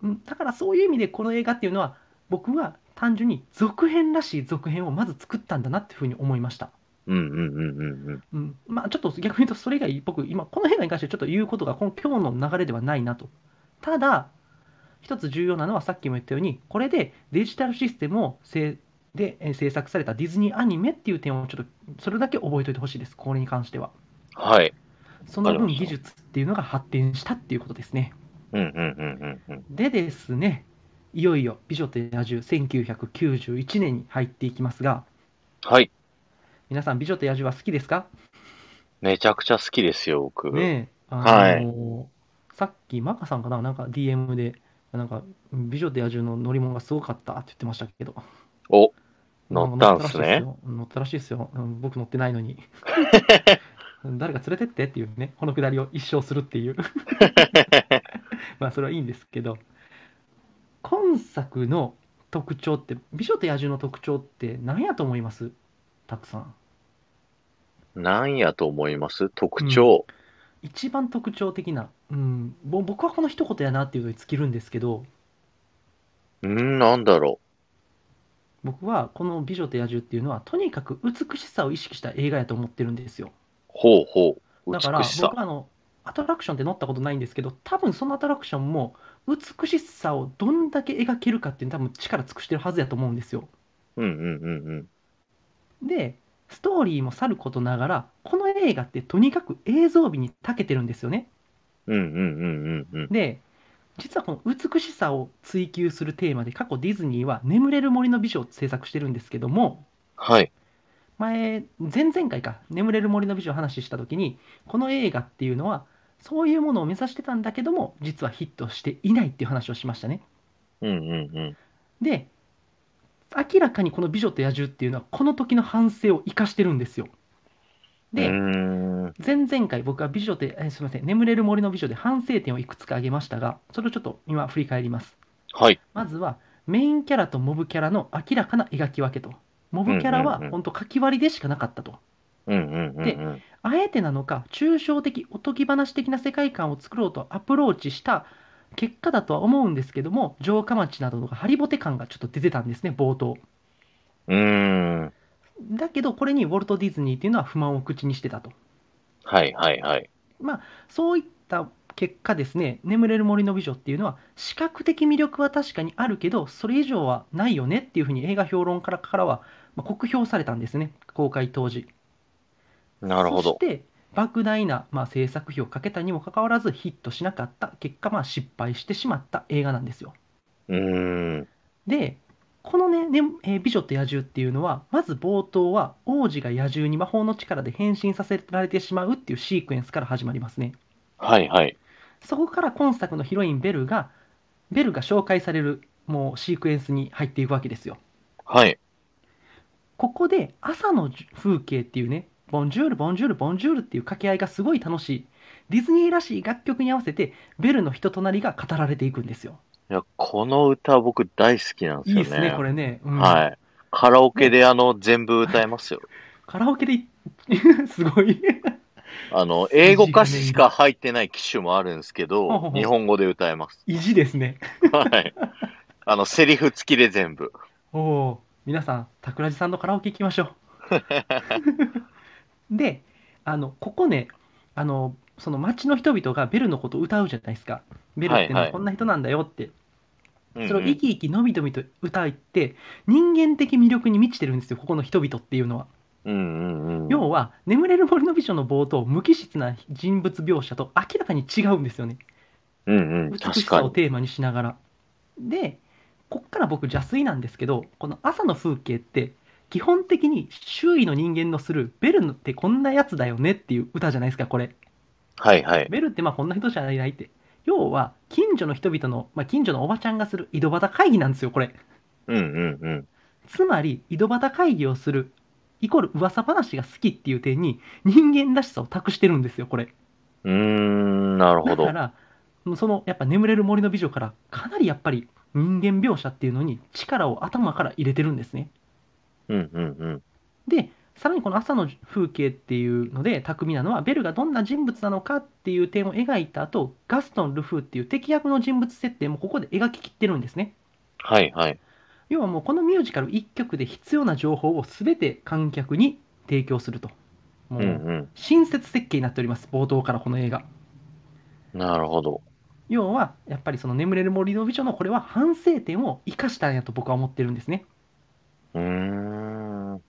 B: うんだからそういう意味で、この映画っていうのは、僕は単純に続編らしい続編をまず作ったんだなっていうふうに思いました。
A: うんうんうんうんうん。
B: うん、まあちょっと逆に言うとそれ以外僕今この映画に関してちょっと言うことがこの今日の流れではないなとただ一つ重要なのはさっきも言ったようにこれでデジタルシステムをせでえー制作されたディズニーアニメっていう点をちょっとそれだけ覚えておいてほしいですこれに関しては
A: はい。
B: その
A: わ
B: 分
A: かりま
B: 技
A: した
B: 術っていうのが発展したっていうことですね
A: うんうんうんうんうん。
B: でですねいよいよ「美女と野獣」1991年に入っていきますが
A: はい。
B: 皆さん「美女と野獣」は好きですか
A: めちゃくちゃ好きですよ、僕。
B: ねえ、あの
A: はい
B: さっき、マカさんかな、なんか DM で、なんか、美女と野獣の乗り物がすごかったって言ってましたけど。
A: お
B: な
A: 乗
B: か
A: ったんすね
B: 乗ったらしいですよ。乗ったらしいですようん僕乗ってないの に。誰か連れてってっていうね、このくだりを一生するっ ていう。まあ、それはいいんですけど、今作の特徴って、美女と野獣の特徴って何やと思いますたくさん。
A: なんやと思います特徴。
B: 一番特徴的な、うん、ぼ僕はこの一言やなっていうのに尽きるんですけど、
A: うん、なんだろ
B: 僕はこの「美女と野獣」っていうのはとにかく美しさを意識した映画やと思ってるんですよ
A: う。ほうほう。
B: だから
A: 美しさ
B: 僕。はあのアトラクションって乗ったことないんですけど多分そのアトラクションも美しさをどんだけ描けるかっていうの多分力尽くしてるはずやと思うんですよ
A: うんうんうんうん。
B: でストーリーもさることながら、この映画ってとにかく映像美に長けてるんですよね。
A: うんうんうんうんうん。
B: で、実はこの美しさを追求するテーマで、過去ディズニーは眠れる森の美女を制作してるんですけども、
A: はい。
B: 前、前々回か、眠れる森の美女を話した時に、この映画っていうのは、そういうものを目指してたんだけども、実はヒットしていないっていう話をしましたね。
A: うんうんうん。
B: で、明らかにこの美女と野獣っていうのは、この時の反省を生かしてるんですよ。で、
A: うーん。
B: 前々回僕は美女で、えーすみません、眠れる森の美女で反省点をいくつか挙げましたが、それをちょっと今振り返ります。
A: はい。
B: まずは、メインキャラとモブキャラの明らかな描き分けと。モブキャラ
A: うん
B: は
A: うんうん
B: 本当書き割りでしかなかったと。
A: うんうんうんうん。
B: あえてなのか、抽象的、おとぎ話的な世界観を作ろうとアプローチした結果だとは思うんですけども、城下町などのハリボテ感がちょっと出てたんですね、冒頭。
A: うーん。
B: だけど、これにウォルト・ディズニーっていうのは不満を口にしてたと。
A: はいはいはい。
B: そういった結果ですね、眠れる森の美女っていうのは、視覚的魅力は確かにあるけど、それ以上はないよねっていうふうに映画評論家からは、まあ、酷評されたんですね、公開当時。
A: なるほ
B: そし
A: ど。
B: て、莫大な、まあ、制作費をかけたにもかかわらず、ヒットしなかった、結果、まあ、失敗してしまった映画なんですよ。
A: うーん。
B: で、このねね、えー美女と野獣っていうのは、まず冒頭は、王子が野獣に魔法の力で変身させられてしまうっていうシークエンスから始まりますね。
A: はいはい。
B: そこから今作のヒロインベルが、ベルが紹介されるもうシークエンスに入っていくわけですよ。
A: はい。
B: ここで朝の風景っていうね、ボンジュール、ボンジュール、ボンジュールっていう掛け合いがすごい楽しい。ディズニーらしい楽曲に合わせて、ベルの人となりが語られていくんですよ。
A: いや、この歌僕大好きなんです
B: いい
A: よ
B: ですね、これね。うん
A: はい。カラオケであの、全部歌えますよ。
B: カラオケでい、 すごい。
A: あの、英語歌詞しか入ってない機種もあるんですけ
B: ほうほう
A: ど、
B: ほう
A: 日本語で歌えます。
B: 意地ですね。
A: はい。あの、セリフ付きで全部。
B: おお、皆さん、桜地さんのカラオケ行きましょ う。で、あの、ここね、あの、その街の人々がベルのことを歌うじゃないですか。ベルって
A: はい
B: のは
A: はい
B: こんな人なんだよって。
A: うん
B: それを生き生きのびのびと歌いって、人間的魅力に満ちてるんですよ、ここの人々っていうのは。
A: うんうんうん。
B: 要は、眠れる森の美女の冒頭、無機質な人物描写と明らかに違うんですよね。
A: うんうん、
B: 美し
A: 確か
B: さを
A: に。
B: テーマにしながら。で、こっから僕邪推なんですけど、この朝の風景って、基本的に周囲の人間のするベルってこんなやつだよねっていう歌じゃないですか、これ。
A: はいはい。
B: ベルってまあこんな人じゃないないって。要は、近所の人々の、まあ、近所のおばちゃんがする井戸端会議なんですよ、これ。
A: うんうんうん。
B: つまり、井戸端会議をする、イコール噂話が好きっていう点に、人間らしさを託してるんですよ、これ。
A: うーん、なるほ
B: だ
A: ど
B: か。ら、もうそのやっぱ眠れる森の美女からかなりやっぱり人間描写っていうのに力を頭から入れてるんですね。
A: うんうんうん。
B: で、さらにこの朝の風景っていうので巧みなのは、ベルがどんな人物なのかっていう点を描いた後、ガストン・ルフーっていう敵役の人物設定もここで描ききってるんですね。
A: はいはい。
B: 要はもうこのミュージカル1曲で必要な情報を全て観客に提供すると。も
A: う
B: うん
A: う
B: 親切設計になっております、冒頭からこの映画。
A: ん。なるほど。
B: 要はやっぱりその眠れる森の美女のこれは反省点を生かしたんやと僕は思ってるんですね。
A: うーん。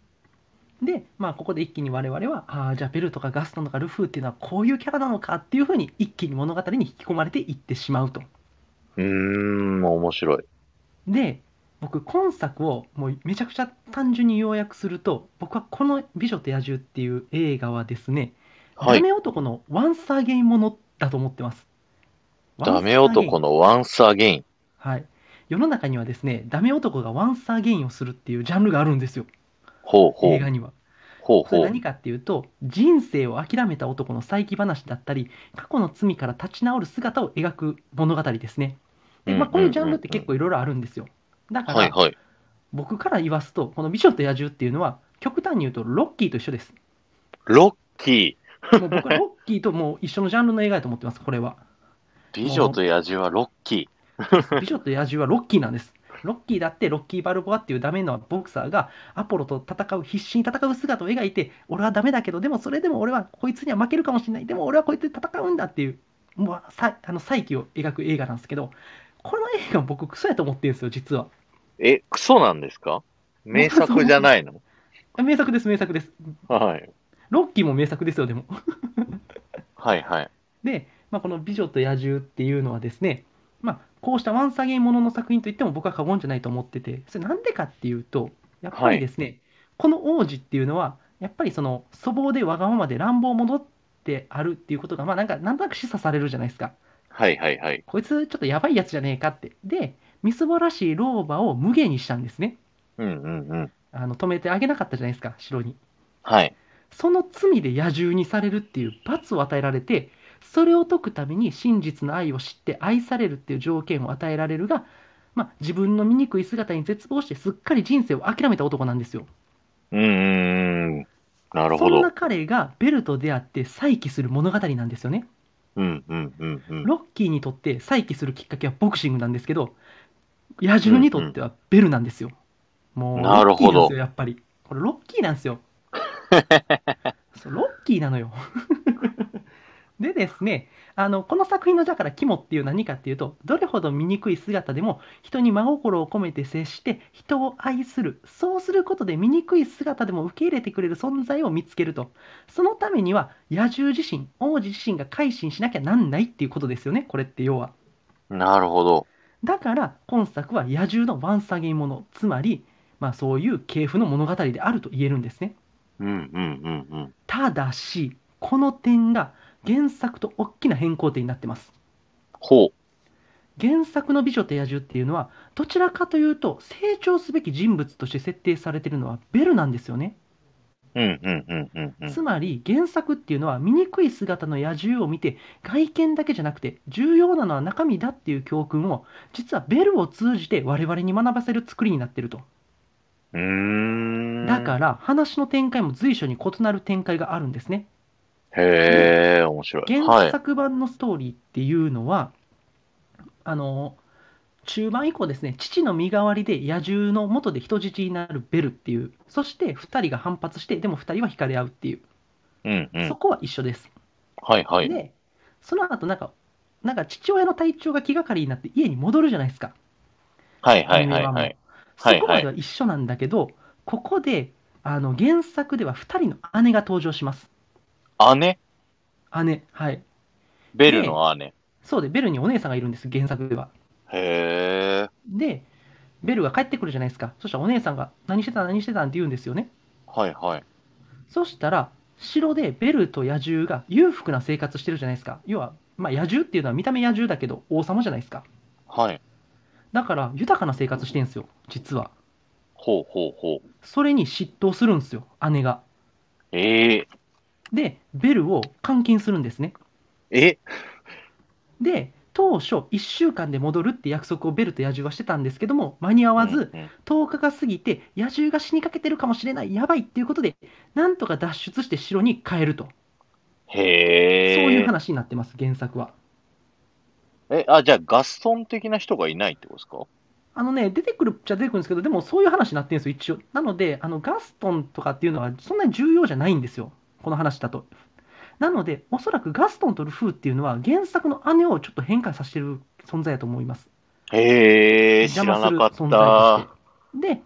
B: で、まあ、ここで一気に我々は、ああ、じゃあベルとかガストンとかルフーっていうのはこういうキャラなのかっていうふうに一気に物語に引き込まれていってしまうと。
A: うーん、面白い。
B: で、僕、今作をもうめちゃくちゃ単純に要約すると、僕はこの美女と野獣っていう映画はですね、
A: は
B: ダ
A: い。
B: メ男のワンサーゲインものだと思ってます。
A: ダメ男
B: の
A: のワンサーゲイン。
B: はい、世の中にはですねダメ男がワンサーゲインをするっていうジャンルがあるんですよ
A: ほうほ
B: 映
A: う
B: 画。には
A: ほう
B: それ
A: ほう。
B: 何かっていうと人生を諦めた男の再起話だったり過去の罪から立ち直る姿を描く物語ですねで、まあ、こういうジャンルって結構いろいろあるんですよだか
A: はい
B: ら
A: はい。
B: 僕から言わすとこの「美女と野獣」っていうのは極端に言うとロッキーと一緒です
A: ロッキー。
B: もう僕はロッキーともう一緒のジャンルの映画だと思ってますこれは
A: 美女と野獣はロッキ
B: 美女と野獣はロッキーなんです。ロッキーだってロッキー・バルボアっていうダメなボクサーがアポロと戦う必死に戦う姿を描いて俺はダメだけどでもそれでも俺はこいつには負けるかもしれないでも俺はこいつで戦うんだっていうもうさあの再起を描く映画なんですけどこの映画僕クソやと思ってるんですよ実は
A: ー。え、クソなんですか名作じゃないの
B: 名作です、名作です。
A: はい。
B: ロッキーも名作ですよ、でも。
A: はいはい。
B: で、まあ、この「美女と野獣」っていうのはですね、まあ、こうしたワンサゲイものの作品といっても僕は過言じゃないと思っててそれなんでかっていうとやっぱりですね、この王子っていうのはやっぱりその粗暴でわがままで乱暴者ってあるっていうことがまあなんかなんとなく示唆されるじゃないですか
A: はいはいはい。
B: こいつちょっとやばいやつじゃねえかってでみすぼらしい老婆を無下にしたんですね
A: うんうんうん。
B: あの止めてあげなかったじゃないですか城に
A: はい。
B: その罪で野獣にされるっていう罰を与えられて、それを解くために真実の愛を知って愛されるっていう条件を与えられるが、まあ、自分の醜い姿に絶望してすっかり人生を諦めた男なんですよ。
A: うんうんうん。なる
B: そ
A: ほ
B: ん
A: ど
B: な。彼がベルと出会って再起する物語なんですよね。
A: うんうんうんうん。
B: ロッキーにとって再起するきっかけはボクシングなんですけど、野獣にとってはベルなんですよ。もう、
A: なるほど
B: ロッキーなんですよやっぱり。これロッキーなんで すよ。そうロッキーなのよ。 でですね、あの、この作品の、だから、肝っていうのは何かっていうと、どれほど醜い姿でも、人に真心を込めて接して、人を愛する。そうすることで、醜い姿でも受け入れてくれる存在を見つけると。そのためには、野獣自身、王子自身が改心しなきゃなんないっていうことですよね、これって要は。
A: なるほど。
B: だから、今作は野獣のワンサゲイもの、つまり、まあ、そういう系譜の物語であると言えるんですね。
A: うんうんうんうん。
B: ただし、この点が原作と大きな変更点になってます。
A: ほ
B: 原作の「美女と野獣」っていうのはどちらかというと成長すべき人物として設定されているのはベルなんですよね、
A: う。うんうんうんうんうん。
B: つまり原作っていうのは醜い姿の野獣を見て外見だけじゃなくて重要なのは中身だっていう教訓を実はベルを通じて我々に学ばせる作りになってると
A: うーん。
B: だから話の展開も随所に異なる展開があるんですね
A: へえ、面白い。は
B: 原
A: い。
B: 作版のストーリーっていうのは、あの中盤以降ですね父の身代わりで野獣の元で人質になるベルっていうそして2人が反発してでも2人は惹かれ合うっていう、
A: うんう
B: そ
A: ん。
B: こは一緒です、
A: はいはい。
B: でその後なんかなんか父親の体調が気がかりになって家に戻るじゃないですか
A: はいはいはいはい。
B: そ
A: はいはい
B: こまでは一緒なんだけど、ここであの原作では2人の姉が登場します
A: 姉
B: 姉はい
A: ベルの姉。
B: そうでベルにお姉さんがいるんです原作では
A: へえ。
B: で、ベルが帰ってくるじゃないですか。そしたらお姉さんが、何してた何してたんって言うんですよね。
A: はいはい。
B: そしたら、城でベルと野獣が裕福な生活してるじゃないですか。要は、まあ野獣っていうのは見た目野獣だけど王様じゃないですか。
A: はい。
B: だから豊かな生活してるんですよ、実は。
A: ほうほうほう。
B: それに嫉妬するんですよ、姉が。
A: ええ。
B: で、ベルを監禁するんですね。
A: え
B: で、当初1週間で戻るって約束をベルと野獣はしてたんですけども、間に合わず、
A: うんうん
B: 10日が過ぎて野獣が死にかけてるかもしれないやばいっていうことでなんとか脱出して城に帰ると、
A: へえ。
B: そういう話になってます原作は
A: え、あ、じゃあガストン的な人がいないってことですか
B: あのね出てくるっちゃ出てくるんですけどでもそういう話になってるんですよ一応なのであのガストンとかっていうのはそんなに重要じゃないんですよこの話だとなのでおそらくガストンとルフーっていうのは原作の姉をちょっと変化させてる存在だと思います
A: へえ、知
B: 邪
A: らな
B: 魔する
A: かっ
B: 存在
A: た。
B: としてで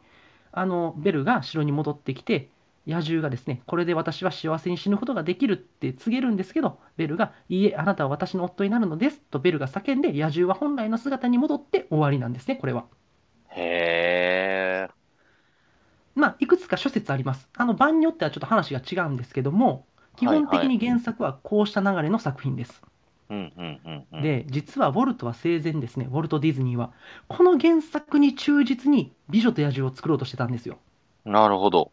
B: あのベルが城に戻ってきて野獣がですねこれで私は幸せに死ぬことができるって告げるんですけどベルがいいえあなたは私の夫になるのですとベルが叫んで野獣は本来の姿に戻って終わりなんですねこれは
A: へえ。
B: まあいくつか諸説ありますあの版によってはちょっと話が違うんですけども基本的に原作はこうした流れの作品です、
A: うんうんうんうん。
B: で実はウォルトは生前ですねウォルト・ディズニーはこの原作に忠実に「美女と野獣」を作ろうとしてたんですよ
A: なるほど。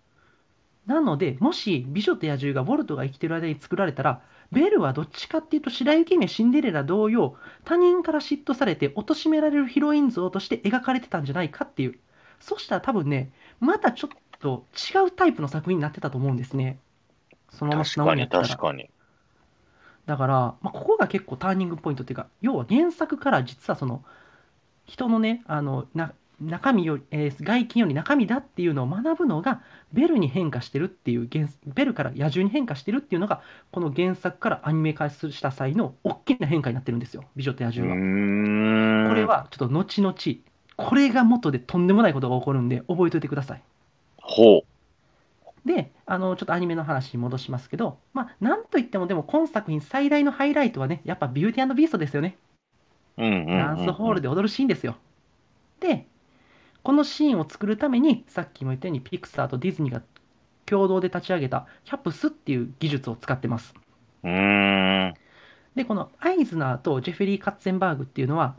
B: なので、もし美女と野獣がウォルトが生きてる間に作られたら、ベルはどっちかっていうと白雪姫シンデレラ同様、他人から嫉妬されて貶められるヒロイン像として描かれてたんじゃないかっていう。そしたら多分ね、またちょっと違うタイプの作品になってたと思うんですね。そのまま
A: 確
B: 素直
A: か
B: にやっ
A: に
B: てたら
A: 確かに。
B: だから、まあ、ここが結構ターニングポイントっていうか、要は原作から実はその人のね、あのな中身より、えー外見より中身だっていうのを学ぶのが、ベルに変化してるっていう原、ベルから野獣に変化してるっていうのが、この原作からアニメ化した際の大きな変化になってるんですよ、美女と野
A: う
B: 獣は。
A: ーん。
B: これ。はちょっと後々、これが元でとんでもないことが起こるんで、覚えておいてください。
A: ほう。
B: で、あの、ちょっとアニメの話に戻しますけど、まあ、なんといってもでも今作品最大のハイライトはね、やっぱビューティービーストですよね。
A: うんうんうんうん
B: ダンスホールで踊るシーンですよ。で、このシーンを作るために、さっきも言ったようにピクサーとディズニーが共同で立ち上げたキャプスっていう技術を使ってます。
A: うーん。
B: で、このアイズナーとジェフェリー・カッツェンバーグっていうのは、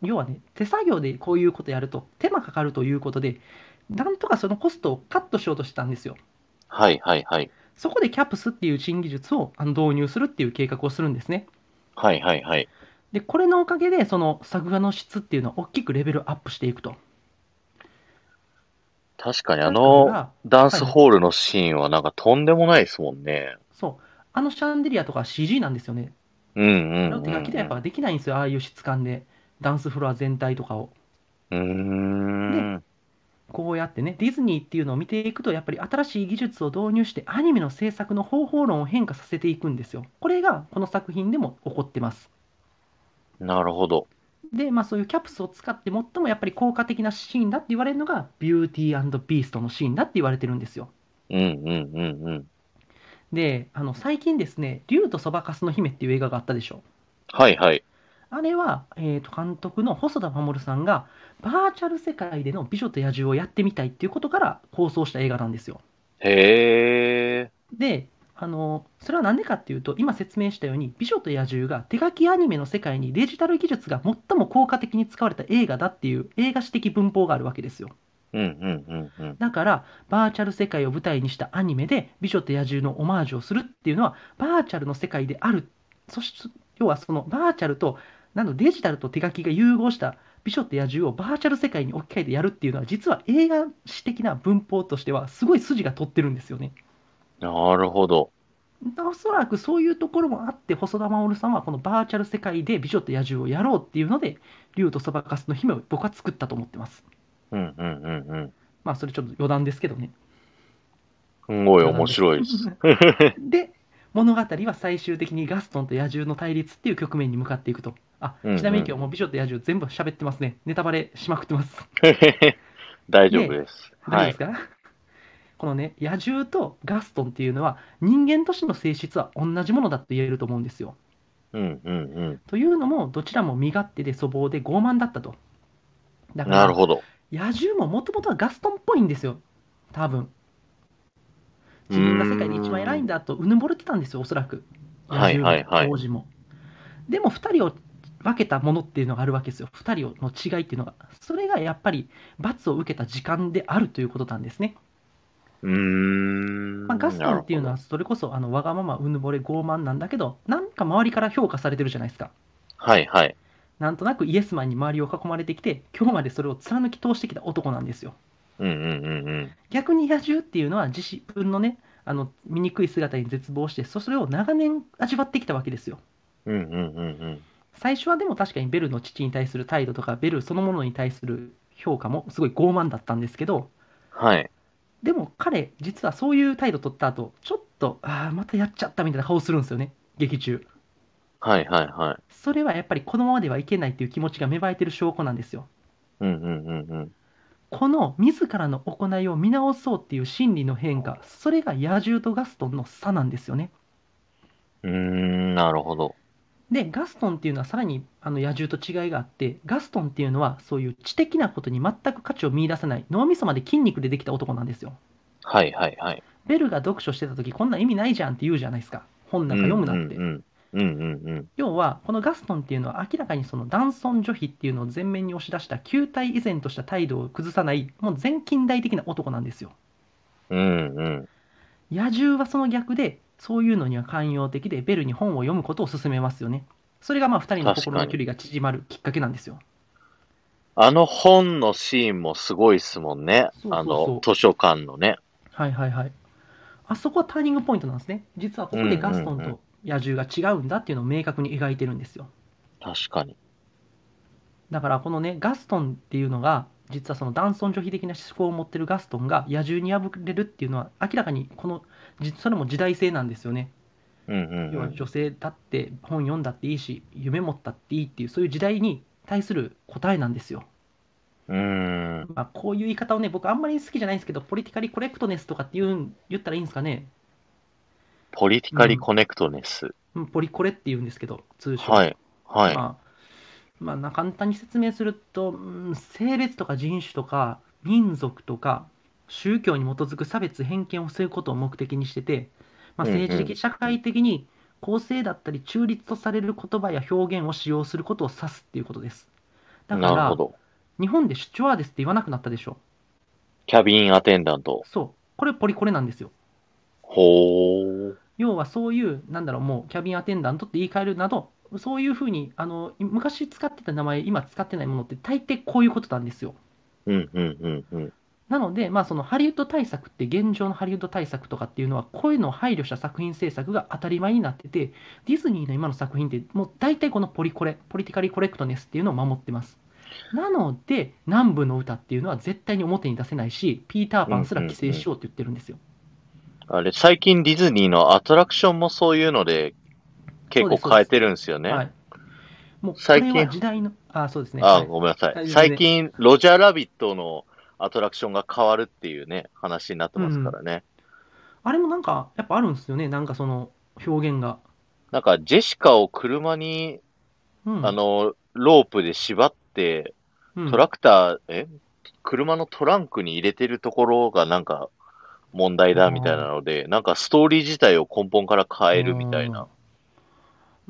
B: 要はね、手作業でこういうことやると手間かかるということで、なんとかそのコストをカットしようとしたんですよ。
A: はいはいはい。
B: そこでキャプスっていう新技術をあの導入するっていう計画をするんですね。
A: はいはいはい。
B: で、これのおかげで、その作画の質っていうのは大きくレベルアップしていくと。
A: 確かにあ
B: だか
A: の
B: ら
A: ダンスホールのシーンはなんかとんでもないですもんね。
B: そう。あのシャンデリアとか CG なんですよね。
A: うんうんうん、う
B: 手書きではやっぱできないんですよ、ああいう質感で。ダンスフロア全体とかを。
A: うーん。
B: こうやってね、ディズニーっていうのを見ていくと、やっぱり新しい技術を導入して、アニメの制作の方法論を変化させていくんですよ。これが、この作品でも起こってます。
A: なるほど。
B: で、まあそういうキャプスを使って、最もやっぱり効果的なシーンだって言われるのが、ビューティービーストのシーンだって言われてるんですよ。
A: うんうんうんうん。
B: で、あの、最近ですね、竜とそばかすの姫っていう映画があったでしょ。
A: はいはい。
B: あれは、えー、と監督の細田守さんがバーチャル世界での美女と野獣をやってみたいっていうことから構想した映画なんですよ。
A: へえ。
B: で、あのそれは何でかっていうと今説明したように美女と野獣が手書きアニメの世界にデジタル技術が最も効果的に使われた映画だっていう映画史的文法があるわけですよ。
A: うんうんうんうん。
B: だからバーチャル世界を舞台にしたアニメで美女と野獣のオマージュをするっていうのはバーチャルの世界であるそして要はそのバーチャルとなんだデジタルと手書きが融合した美女と野獣をバーチャル世界に置き換えてやるっていうのは実は映画史的な文法としてはすごい筋が取ってるんですよね。
A: なるほど。
B: おそらくそういうところもあって細田守さんはこのバーチャル世界で美女と野獣をやろうっていうので竜とそばかすの姫を僕は作ったと思ってます。
A: うんうんうんうん。
B: まあそれちょっと余談ですけどね。
A: すごい面白い です。
B: で物語は最終的にガストンと野獣の対立っていう局面に向かっていくとあ
A: うんうん
B: ちなみに今日もう美女と野獣全部喋ってますねネタバレしまくってます
A: 大丈夫です。は
B: 大
A: い。
B: 丈夫ですか、このね野獣とガストンっていうのは人間としての性質は同じものだと言えると思うんですよ
A: うんうん
B: というのもどちらも身勝手で粗暴で傲慢だったとだ
A: うん。
B: から
A: なるほど。
B: 野獣ももともとはガストンっぽいんですよ多分自分が世界で一番偉いんだとうぬぼれてたんですよ、おそらく。
A: はいはいはい
B: 当時も。でも2人を分けたものっていうのがあるわけですよ、2人の違いっていうのが。それがやっぱり罰を受けた時間であるということなんですね。
A: うーん。
B: まあ、ガストンっていうの
A: なる
B: は、それこそあのわがまま、うぬぼれ、傲慢なんだけど、なんか周りから評価されてるじゃないですか。
A: ほど。はいはい。
B: なんとなくイエスマンに周りを囲まれてきて、今日までそれを貫き通してきた男なんですよ。
A: うんうんうんうん。
B: 逆に野獣っていうのは自分のねあの醜い姿に絶望してそそれを長年味わってきたわけですよ
A: うんうんうんうん。
B: 最初はでも確かにベルの父に対する態度とかベルそのものに対する評価もすごい傲慢だったんですけど
A: はい。
B: でも彼実はそういう態度取った後ちょっとああまたやっちゃったみたいな顔するんですよね劇中
A: はいはいはい。
B: それはやっぱりこのままではいけないっていう気持ちが芽生えてる証拠なんですよ
A: うんうんうんうん。
B: この自らの行いを見直そうっていう心理の変化それが野獣とガストンの差なんですよね
A: うーん、なるほど。
B: で、ガストンっていうのはさらにあの野獣と違いがあって、ガストンっていうのはそういう知的なことに全く価値を見出せない、脳みそまで筋肉でできた男なんですよ。
A: はいはいはい。
B: ベルが読書してた時、こんなん意味ないじゃんって言うじゃないですか。本なんか読むなって。
A: うんうんうん。うんうんうん。
B: 要は、このガストンっていうのは明らかにその男尊女卑っていうのを前面に押し出した、旧体依然とした態度を崩さない、もう全近代的な男なんですよ。
A: うんうん。
B: 野獣はその逆で、そういうのには寛容的で、ベルに本を読むことを勧めますよね。それがまあ2人の心の距離が縮まるきっかけなんですよ。
A: あの本のシーンもすごいっすもんね。
B: そうそうそう
A: あの、図書館のね。
B: はいはいはい。あそこはターニングポイントなんですね。実はここでガストンと野獣が違うんだっていうのを明確に描いてるんですよ。
A: 確かに。
B: だからこのね、ガストンっていうのが、実はその男尊女卑的な思考を持ってるガストンが野獣に破れるっていうのは、明らかにこの、じそれも時代性なんですよね。
A: うんうん
B: 要
A: う
B: は
A: ん。
B: 女性だって本読んだっていいし、夢持ったっていいっていう、そういう時代に対する答えなんですよ。
A: うーん。
B: まあ、こういう言い方をね、僕あんまり好きじゃないんですけど、ポリティカリコレクトネスとかって言うん言ったらいいんですかね。
A: ポリティカリコネクトネス。
B: うんポリコレって言うんですけど、通称。
A: はい。はい。
B: まあ、まあな、簡単に説明すると、うん性別とか人種とか民族とか宗教に基づく差別偏見を防ぐことを目的にしてて、まあ、
A: うんうん
B: 政治的、社会的に公正だったり中立とされる言葉や表現を使用することを指すっていうことです。だか
A: なるほ
B: ら、
A: ど。
B: 日本でシチュワーデスって言わなくなったでしょ。
A: キャビンアテンダント。
B: そう。これポリコレなんですよ。
A: ほー。
B: 要はそういう、なんだろう、もうキャビンアテンダントって言い換えるなど、そういうふうにあのい昔使ってた名前、今使ってないものって、大抵こういうことなんですよ。
A: うんうんうんうん。
B: なので、まあ、そのハリウッド対策って、現状のハリウッド対策とかっていうのは、こういうのを配慮した作品制作が当たり前になってて、ディズニーの今の作品って、もう大体このポリコレ、ポリティカリコレクトネスっていうのを守ってます。なので、南部の歌っていうのは絶対に表に出せないし、ピーター・パンすら規制しようって言ってるんですよ。
A: あれ、最近ディズニーのアトラクションもそういうので、結構変えてるんですよね。
B: はい。もう、これ
A: 最近
B: は時代の、あ、そうですね。
A: あ
B: はい
A: ごめんなさ
B: 大丈夫
A: い。
B: です
A: 最近、ロジャーラビットのアトラクションが変わるっていうね、話になってますからね。
B: あれもなんか、やっぱあるんですよね、なんかその表現が。
A: なんか、ジェシカを車に、
B: うん、
A: あの、ロープで縛って、
B: うん、
A: トラクター、え車のトランクに入れてるところがなんか問題だみたいなので、なんかストーリー自体を根本から変えるみたいな。
B: うん。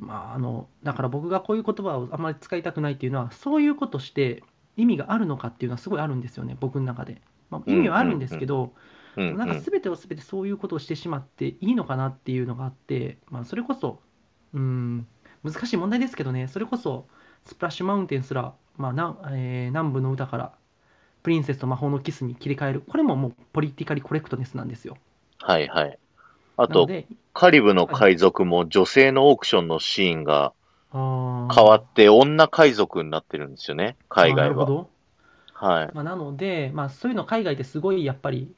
B: まあ、あの、だから僕がこういう言葉をあまり使いたくないっていうのは、そういうことして意味があるのかっていうのはすごいあるんですよね、僕の中で。まあ、意味はあるんですけど、
A: うんうん、
B: なんか全てを全てそういうことをしてしまっていいのかなっていうのがあって、まあ、それこそ、うん、難しい問題ですけどね、それこそ、スプラッシュマウンテンすら、まあなえー南部の歌から、プリンセスと魔法のキスに切り替える、これももうポリティカリコレクトネスなんですよ。
A: はいはい。あ
B: あ
A: と、
B: で
A: カリブの海賊も女性のオークションのシーンが
B: 変
A: 変わって女海賊になってるんですよね、海外
B: なるほ
A: は。
B: ど
A: はい。
B: まあ、なので、まあ、そういうの海外ってすごいやっぱり、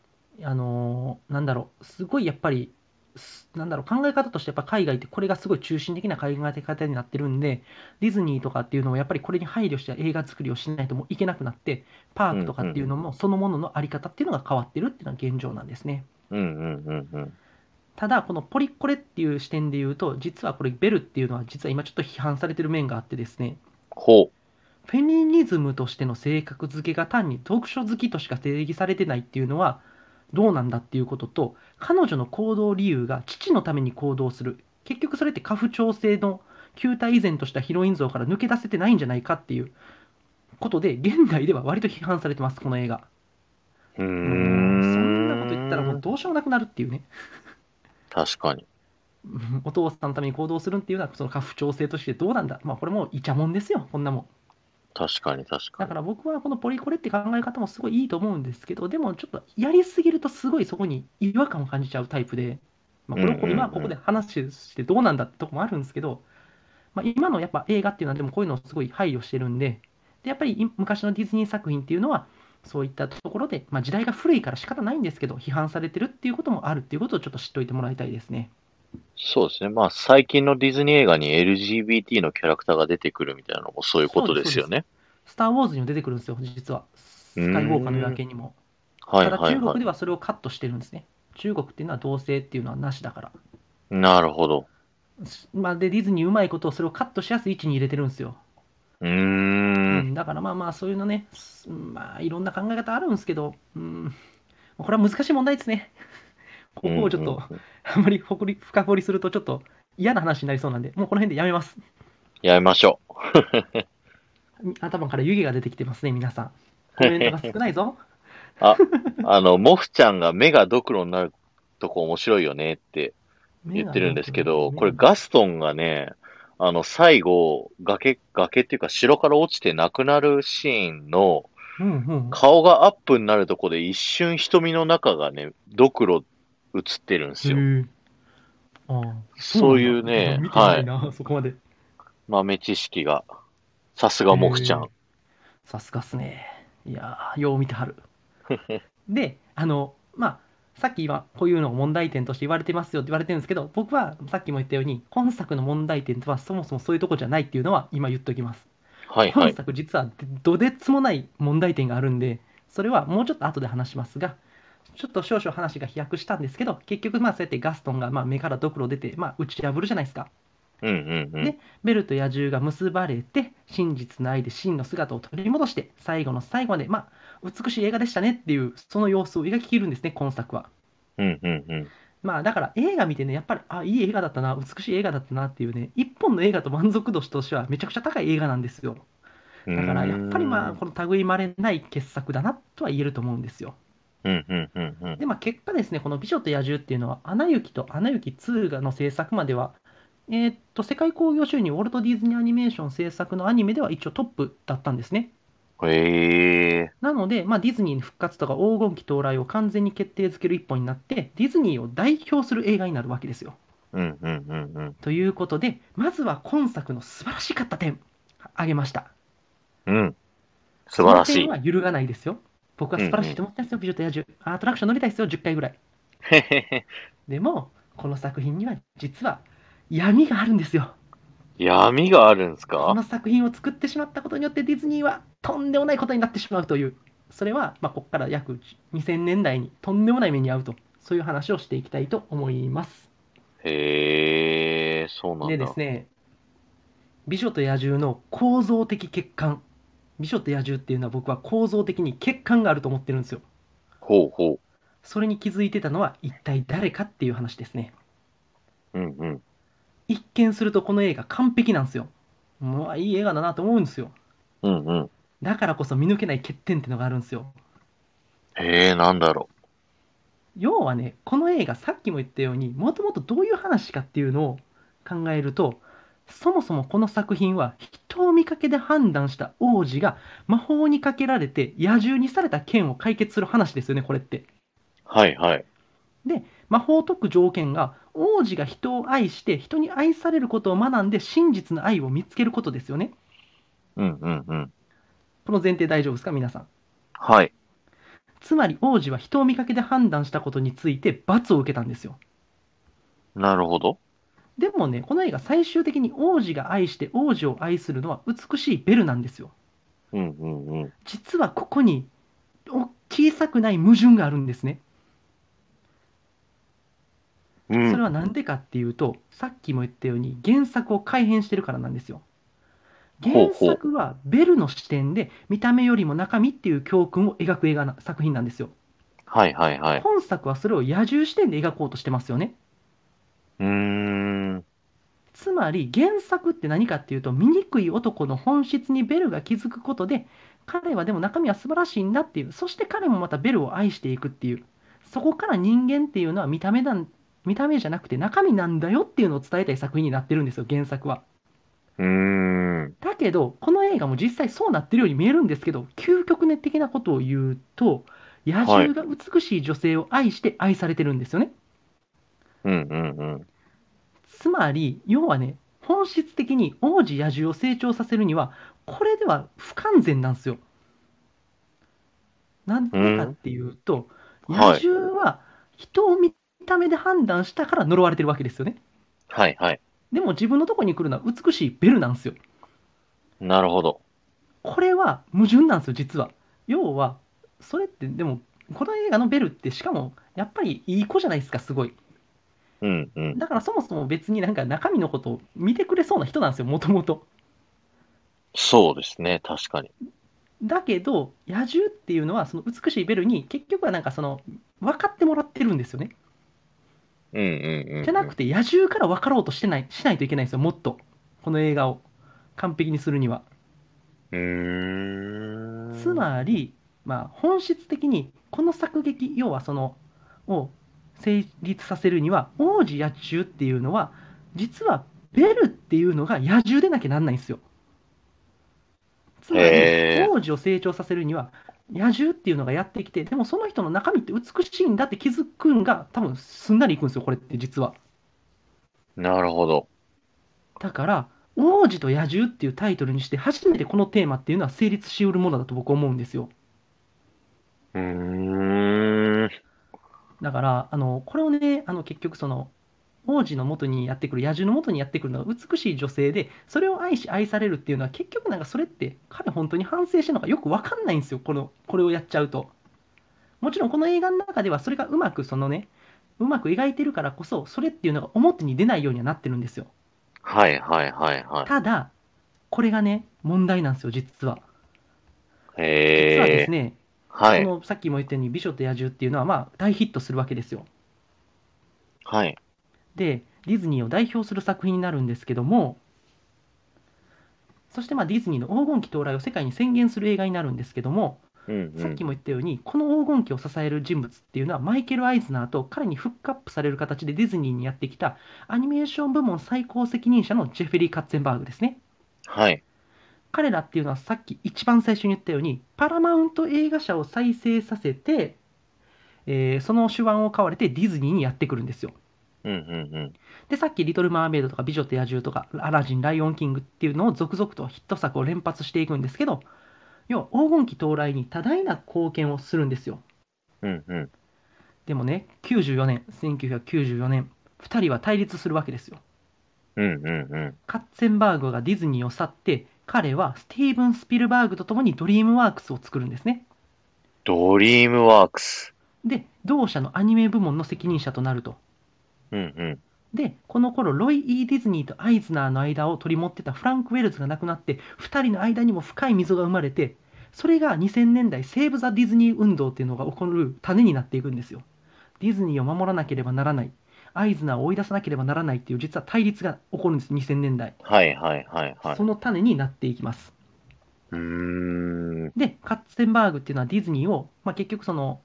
B: あのーなんだろう、すごいやっぱり、すなんだろう、考え方としてやっぱ海外ってこれがすごい中心的な考え方になってるんで、ディズニーとかっていうのもやっぱりこれに配慮した映画作りをしないともういけなくなって、パークとかっていうのもそのもののあり方っていうのが変わってるっていうのは現状なんですね。
A: うんうんうんうん。
B: ただ、このポリコレっていう視点で言うと、実はこれ、ベルっていうのは実は今ちょっと批判されてる面があってですね、
A: ほ
B: フェミニズムとしての性格付けが単に読書好きとしか定義されてないっていうのはどうなんだっていうことと彼女の行動理由が父のために行動する結局それって家父長制の旧態依然としたヒロイン像から抜け出せてないんじゃないかっていうことで現代では割と批判されてますこの映画
A: う。うー
B: そ
A: ん。
B: んなこと言ったらもうどうしようもなくなるっていうね
A: 確かに。
B: お父さんのために行動するっていうのはその家父長制としてどうなんだまあこれもうイチャモンですよこんなもん
A: 確かに確か
B: だ
A: に
B: か。ら僕はこのポリコレって考え方もすごいいいと思うんですけど、でもちょっとやりすぎるとすごいそこに違和感を感じちゃうタイプで、まあ、これをこ
A: うんうんうん
B: 今はここで話してどうなんだってとこもあるんですけど、まあ、今のやっぱ映画っていうのはでもこういうのをすごい配慮してるんで、でやっぱりい昔のディズニー作品っていうのは、そういったところで、まあ、時代が古いから仕方ないんですけど、批判されてるっていうこともあるっていうことをちょっと知っておいてもらいたいですね。
A: そうですね。まあ、最近のディズニー映画に LGBT のキャラクターが出てくるみたいなのもそういうことですよね。
B: スター・ウォーズにも出てくるんですよ、実は。スカイウォーカーの夜明けにも。
A: はい
B: ただ
A: はい
B: 中
A: は
B: 国
A: い
B: で。はそれをカットしてるんですね。中国っていうのは同性っていうのはなしだから。
A: なるほど。
B: すまあ、で、ディズニーうまいことをそれをカットしやすい位置に入れてるんですよ。
A: うー。
B: うんんだからまあまあ、そういうのね、すまあ、いろんな考え方あるんですけど、うん、これは難しい問題ですね。ここをちょっ
A: うん
B: と
A: うん、うん
B: あんまりほこり深掘りするとちょっと嫌な話になりそうなんで、もうこの辺でやめます。
A: やめましょう。
B: 頭から湯気が出てきてますね、皆さん。コメントが少ないぞ。
A: あ の、モフちゃんが目がドクロになるとこ面白いよねって 言ってるんですけど、これガストンがね、あの、最後、崖、崖っていうか城から落ちて亡くなるシーンの
B: うんうん、
A: 顔がアップになるとこで一瞬瞳の中がね、ドクロ映ってるんですよ。
B: へえああ、
A: そういうね
B: 見て
A: は
B: ない
A: い。
B: な、そこまで。
A: 豆知識が。さすがモフちゃ
B: へ
A: ん
B: ー。さすがっすね。いやー、よう見て はる。で、あの、まあ、さっき今、こういうのを問題点として言われてますよって言われてるんですけど、僕はさっきも言ったように、今作の問題点とはそもそもそういうとこじゃないっていうのは今言っておきます。
A: はいは
B: 本
A: い。
B: 作実はどでつもない問題点があるんでそれはもうちょっと後で話しますがちょっと少々話が飛躍したんですけど結局まあそうやってガストンがまあ目からドクロ出て、まあ、打ち破るじゃないですか
A: うんうんうん。
B: ねベルと野獣が結ばれて真実の愛で真の姿を取り戻して最後の最後まで、まあ、美しい映画でしたねっていうその様子を描ききるんですね今作は。
A: うんうんうん。
B: まあだから映画見てね、やっぱり、あ、いい映画だったな、美しい映画だったなっていうね、一本の映画と満足度としてはめちゃくちゃ高い映画なんですよ。だからやっぱりまあ、この類いまれない傑作だなとは言えると思うんですよ。
A: うんうんうんうん。
B: で、まあ結果ですね、この美女と野獣っていうのは、アナ雪とアナ雪2がの制作までは、えーっと、世界興行収入、ウォルト・ディズニー・アニメーション制作のアニメでは一応トップだったんですね。
A: へえ。
B: なので、まあ、ディズニーの復活とか黄金期到来を完全に決定づける一本になって、ディズニーを代表する映画になるわけですよ。
A: うんうんうんうん。
B: ということで、まずは今作の素晴らしかった点、あげました。
A: うん。素晴ら
B: この
A: しい
B: 点。は揺るがないですよ。僕は素晴らしいと思ったんですよ、美女と野獣。アトラクション乗りたいですよ、10回ぐらい。
A: へへへ
B: でも、この作品には実は闇があるんですよ。
A: 闇があるんです
B: こ
A: か
B: の作品を作ってしまったことによってディズニーはとんでもないことになってしまうという、それは、まあ、ここから約2000年代にとんでもない目に遭うと、そういう話をしていきたいと思います。
A: へえ、そうなんだ。
B: でですね、美女と野獣の構造的欠陥。美女と野獣っていうのは僕は構造的に欠陥があると思ってるんですよ。
A: ほうほ
B: それに気づいてたのは一体誰かっていう話ですね。
A: う。うんうん。
B: 一見するとこの映画完璧なんですよ。もういい映画だなと思うんですよ。
A: うんうん。
B: だからこそ見抜けない欠点ってのがあるんですよ。
A: へえ、なんだろ
B: 要はね、この映画さっきも言ったように、もともとどういう話かっていうのを考えると、そもそもこの作品は人を見かけで判断した王子が魔法にかけられて野獣にされた剣を解決する話ですよね、これって。
A: う。はいはい。
B: 魔法を解く条件が王子が人を愛して人に愛されることを学んで真実の愛を見つけることですよね。
A: うんうんうん。
B: この前提大丈夫ですか、皆さん。
A: はい。
B: つまり王子は人を見かけで判断したことについて罰を受けたんですよ。
A: なるほど。
B: でもね、この映画、最終的に王子が愛して王子を愛するのは美しいベルなんですよ。
A: うんうんうん。
B: 実はここにお小さくない矛盾があるんですね。
A: う
B: そ
A: ん
B: れは何でかっていうと、さっきも言ったように原作を改変してるからなんですよ。
A: ほう
B: 原
A: ほう
B: 作はベルの視点で見た目よりも中身っていう教訓を描く映画な作品なんですよ。
A: はいはいはい。
B: 本作はそれを野獣視点で描こうとしてますよね。
A: うーん。
B: つまり原作って何かっていうと醜い男の本質にベルが気づくことで彼はでも中身は素晴らしいんだっていうそして彼もまたベルを愛していくっていうそこから人間っていうのは見た目なん見た目じゃなくて中身なんだよっていうのを伝えたい作品になってるんですよ原作は
A: うーん。
B: だけどこの映画も実際そうなってるように見えるんですけど究極的なことを言うと野獣が美しい女性を愛して愛されてるんですよね、
A: うんうんうん。
B: つまり、要はね、本質的に王子野獣を成長させるには、これでは不完全なんですよ。なんでかっていうと、
A: うん
B: 野獣は人を見た目で判断したから呪われてるわけですよね。
A: はいはい。
B: でも自分のとこに来るのは美しいベルなんですよ。
A: なるほど。
B: これは矛盾なんですよ、実は。要は、それって、でも、この映画のベルって、しかも、やっぱりいい子じゃないですか、すごい。
A: うんうん。
B: だからそもそも別になんか中身のことを見てくれそうな人なんですよ、もともと。
A: そうですね。確かに。
B: だけど野獣っていうのはその美しいベルに結局はなんかその分かってもらってるんですよね
A: うんうんうんうん。
B: じゃなくて野獣から分かろうとしてないしないといけないんですよもっとこの映画を完璧にするには
A: うーん。
B: つまり、まあ、本質的にこの作劇要はそのを成立させるには王子野獣っていうのは実はベルっていうのが野獣でなきゃなんないんですよ。つまり
A: へー
B: 王子を成長させるには野獣っていうのがやってきてでもその人の中身って美しいんだって気づくんが多分すんなりいくんですよこれって実は。
A: なるほど。
B: だから王子と野獣っていうタイトルにして初めてこのテーマっていうのは成立しうるものだと僕は思うんですよ。
A: うーん。
B: だから、あのこれをね、あの結局その、王子の元にやってくる野獣の元にやってくるのが美しい女性でそれを愛し愛されるっていうのは結局なんかそれって彼本当に反省してるのかよく分かんないんですよこのこれをやっちゃうともちろんこの映画の中ではそれがうまくそのねうまく描いてるからこそそれっていうのが表に出ないようにはなってるんですよ
A: はいはいはいはい。
B: ただこれがね問題なんですよ実は実はで
A: へえ。
B: すね、
A: はい
B: こ。のさっきも言ったように「美女と野獣」っていうのはまあ大ヒットするわけですよ
A: はい。
B: でディズニーを代表する作品になるんですけどもそしてまあディズニーの黄金期到来を世界に宣言する映画になるんですけども、
A: うんうん。
B: さっきも言ったようにこの黄金期を支える人物っていうのはマイケル・アイズナーと彼にフックアップされる形でディズニーにやってきたアニメーション部門最高責任者のジェフェリー・カッツェンバーグですね
A: はい。
B: 彼らっていうのはさっき一番最初に言ったようにパラマウント映画社を再生させて、えーその手腕を買われてディズニーにやってくるんですよ
A: うんうんうん。
B: でさっき「リトル・マーメイド」とか「美女と野獣」とか「アラジン」「ライオン・キング」っていうのを続々とヒット作を連発していくんですけど要は黄金期到来に多大な貢献をするんですよ
A: うんうん。
B: でもね94年1994年2人は対立するわけですよ
A: うんうんうん。
B: カッツェンバーグがディズニーを去って彼はスティーブン・スピルバーグと共にドリームワークスを作るんですね
A: ドリームワークス。
B: で同社のアニメ部門の責任者となると
A: うんうん。
B: でこの頃ロイ・ E ・ディズニーとアイズナーの間を取り持ってたフランク・ウェルズが亡くなって2人の間にも深い溝が生まれてそれが2000年代セーブ・ザ・ディズニー運動っていうのが起こる種になっていくんですよディズニーを守らなければならないアイズナーを追い出さなければならないっていう実は対立が起こるんです2000年代、
A: はいはいはいはい。
B: その種になっていきます
A: うーん。
B: でカッツェンバーグっていうのはディズニーを、まあ、結局その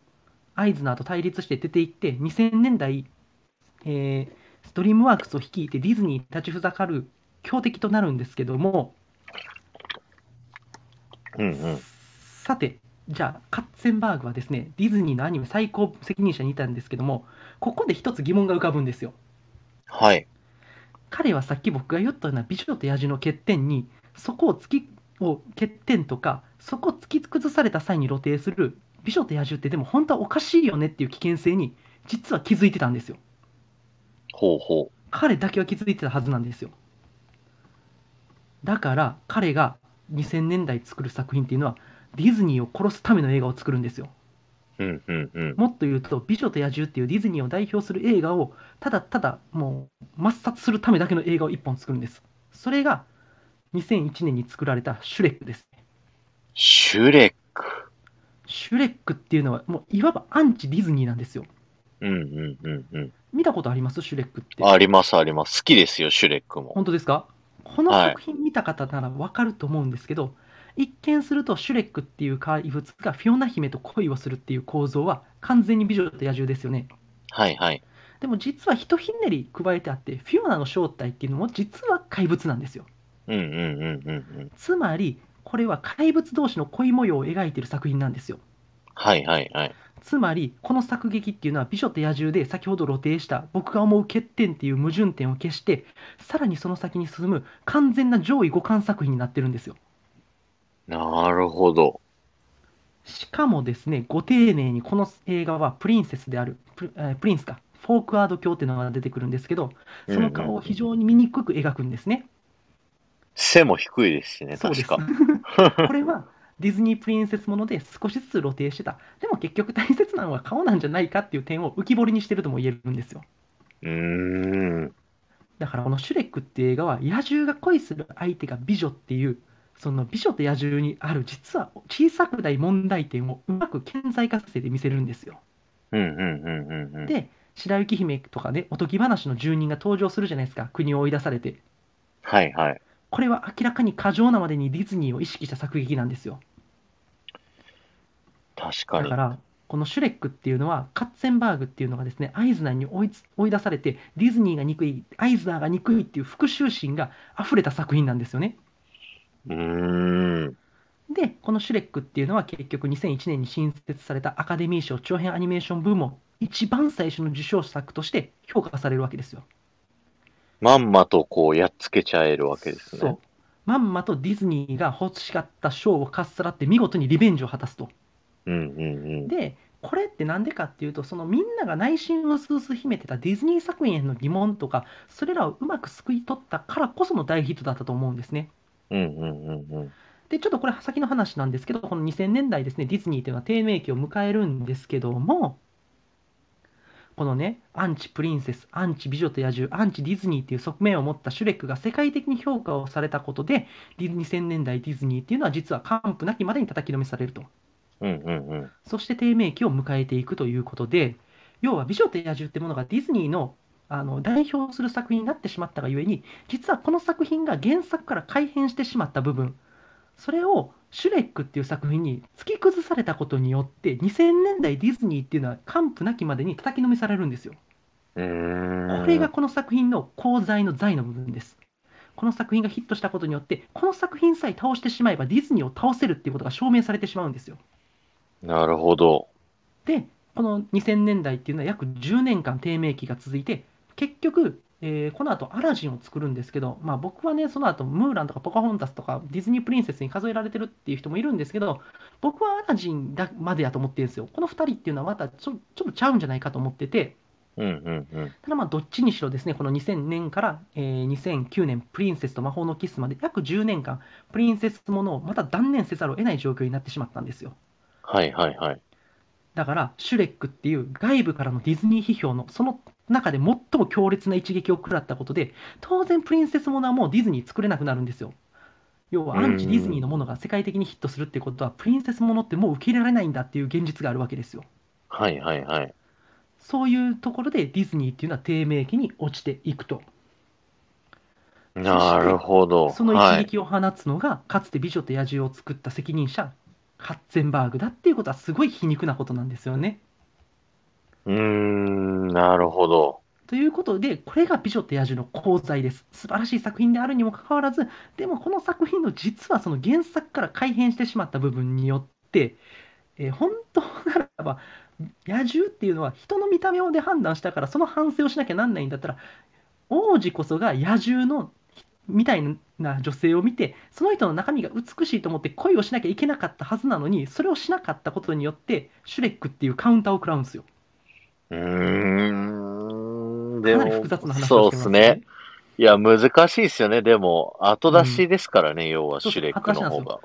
B: アイズナーと対立して出ていって2000年代、えーストリームワークスを率いてディズニーに立ちふざかる強敵となるんですけども、
A: うんうん。
B: さてじゃあカッツェンバーグはですねディズニーのアニメ最高責任者にいたんですけどもここで一つ疑問が浮かぶんですよ
A: はい。
B: 彼はさっき僕が言ったような美女と野獣の欠点にそこを突きを欠点とかそこを突き崩された際に露呈する美女と野獣ってでも本当はおかしいよねっていう危険性に実は気づいてたんですよ
A: ほうほ
B: 彼だけは気づいてたはずなんですよだから彼が2000年代作る作品っていうのはディズニーを殺すための映画を作るんですよ
A: う。うんうんうん。
B: もっと言うと「美女と野獣」っていうディズニーを代表する映画をただただもう抹殺するためだけの映画を1本作るんですそれが2001年に作られた「シュレック」です
A: シュレック。
B: シュレックっていうのはもういわばアンチディズニーなんですよ
A: うんうんうんうん。
B: 見たことありますシュレックって
A: ありますあります。好きですよ、シュレックも。
B: 本当ですかこの
A: はい
B: 作品見た方ならわかると思うんですけど、一見するとシュレックっていう怪物がフィオナ姫と恋をするっていう構造は完全に美女と野獣ですよね
A: はいはい。
B: でも実はひとひねり加えてあってフィオナの正体っていうのも実は怪物なんですよ
A: うんうんうんうんうん。
B: つまりこれは怪物同士の恋模様を描いている作品なんですよ
A: はいはいはい。
B: つまりこの作劇っていうのは「美女と野獣」で先ほど露呈した僕が思う欠点っていう矛盾点を消してさらにその先に進む完全な上位互換作品になってるんですよ
A: なるほど。
B: しかもですねご丁寧にこの映画はプリンセスであるプリ,えー、プリンスかフォークワード教っていうのが出てくるんですけどその顔を非
A: に。
B: 常に醜く描くんですね、
A: 背も低いですしね、
B: そうで
A: 確
B: す。
A: か。
B: これはディズニープリンセスもので少しずつ露呈してた。でも結局大切なのは顔なんじゃないかっていう点を浮き彫りにしてるとも言えるんですよ。
A: うーん。
B: だからこのシュレックっていう映画は野獣が恋する相手が美女っていう、その美女と野獣にある実は小さくない問題点をうまく顕在化させて見せるんですよ。
A: うんうんうんうんうん。
B: で、白雪姫とかね、おとぎ話の住人が登場するじゃないですか、国を追い出されて。
A: はいはい。
B: これは明らかに過剰なまでにディズニーを意識した作劇なんですよ。
A: 確か
B: だ
A: に
B: か。ら、このシュレックっていうのは、カッツェンバーグっていうのがですね、アイズナーに追いつ追い出されて、ディズニーが憎い、アイズナーが憎いっていう復讐心が溢れた作品なんですよね。
A: うーん。
B: で、このシュレックっていうのは結局2001年に新設されたアカデミー賞長編アニメーション部門、一番最初の受賞作として評価されるわけですよ。
A: まんまとこう、やっつけちゃえるわけですね。
B: そう。まんまとディズニーが欲しかった賞をかっさらって見事にリベンジを果たすと。
A: うんうんうん。
B: で、これってなんでかっていうとそのみんなが内心うすうす秘めてたディズニー作品への疑問とかそれらをうまくすくい取ったからこその大ヒットだったと思うんですね。
A: うんうんうんうん。
B: でちょっとこれ先の話なんですけどこの2000年代ですねディズニーというのは低迷期を迎えるんですけどもこのねアンチプリンセスアンチ美女と野獣アンチディズニーっていう側面を持ったシュレックが世界的に評価をされたことでディズニー2000年代ディズニーっていうのは実は完膚なきまでに叩き止めされると
A: うんうんうん。
B: そして低迷期を迎えていくということで要は美女と野獣ってものがディズニーのあの代表する作品になってしまったがゆえに実はこの作品が原作から改変してしまった部分それをシュレックっていう作品に突き崩されたことによって2000年代ディズニーっていうのは完膚なきまでに叩きのめされるんですよ。
A: うーん。
B: これがこの作品の功罪の罪の部分です。この作品がヒットしたことによってこの作品さえ倒してしまえばディズニーを倒せるっていうことが証明されてしまうんですよ。
A: なるほど。
B: でこの2000年代っていうのは約10年間低迷期が続いて結局、えーこの後アラジンを作るんですけど、まあ、僕はねその後ムーランとかポカホンタスとかディズニープリンセスに数えられてるっていう人もいるんですけど僕はアラジンだまでやと思ってるんですよこの2人っていうのはまたちょちょっとちゃうんじゃないかと思ってて
A: うんうんうん。
B: ただまあどっちにしろですねこの2000年から、えー2009年プリンセスと魔法のキスまで約10年間プリンセスものをまた断念せざるを得ない状況になってしまったんですよ
A: はいはいはい。
B: だから、シュレックっていう外部からのディズニー批評のその中で最も強烈な一撃を食らったことで、当然、プリンセスものはもうディズニー作れなくなるんですよ。要は、
A: うん
B: アンチディズニーのものが世界的にヒットするってことは、プリンセスものってもう受け入れられないんだっていう現実があるわけですよ。
A: はいはいはい。
B: そういうところでディズニーっていうのは低迷期に落ちていくと。
A: なるほど。
B: その
A: は
B: 一
A: い。
B: 撃を放つのが、かつて美女と野獣を作った責任者、ハッツェンバーグだっていうことはすごい皮肉なことなんですよね。
A: うーん、なるほど。
B: ということで、これが美女と野獣の功罪です。素晴らしい作品であるにもかかわらず、でもこの作品の実はその原作から改変してしまった部分によって、えー本当ならば、野獣っていうのは人の見た目で判断したから、その反省をしなきゃなんないんだったら、王子こそが野獣のみたいな女性を見て、その人の中身が美しいと思って恋をしなきゃいけなかったはずなのに、それをしなかったことによって、シュレックっていうカウンターを食らうんですよ。
A: うーん。で
B: かな
A: も
B: り複雑な話
A: そ
B: を
A: う
B: し
A: で
B: てますす
A: ね。。いや、難しいですよね。でも、後出しですからね、要は、
B: そう
A: シ
B: そう
A: ュレックの方
B: 後出し
A: が。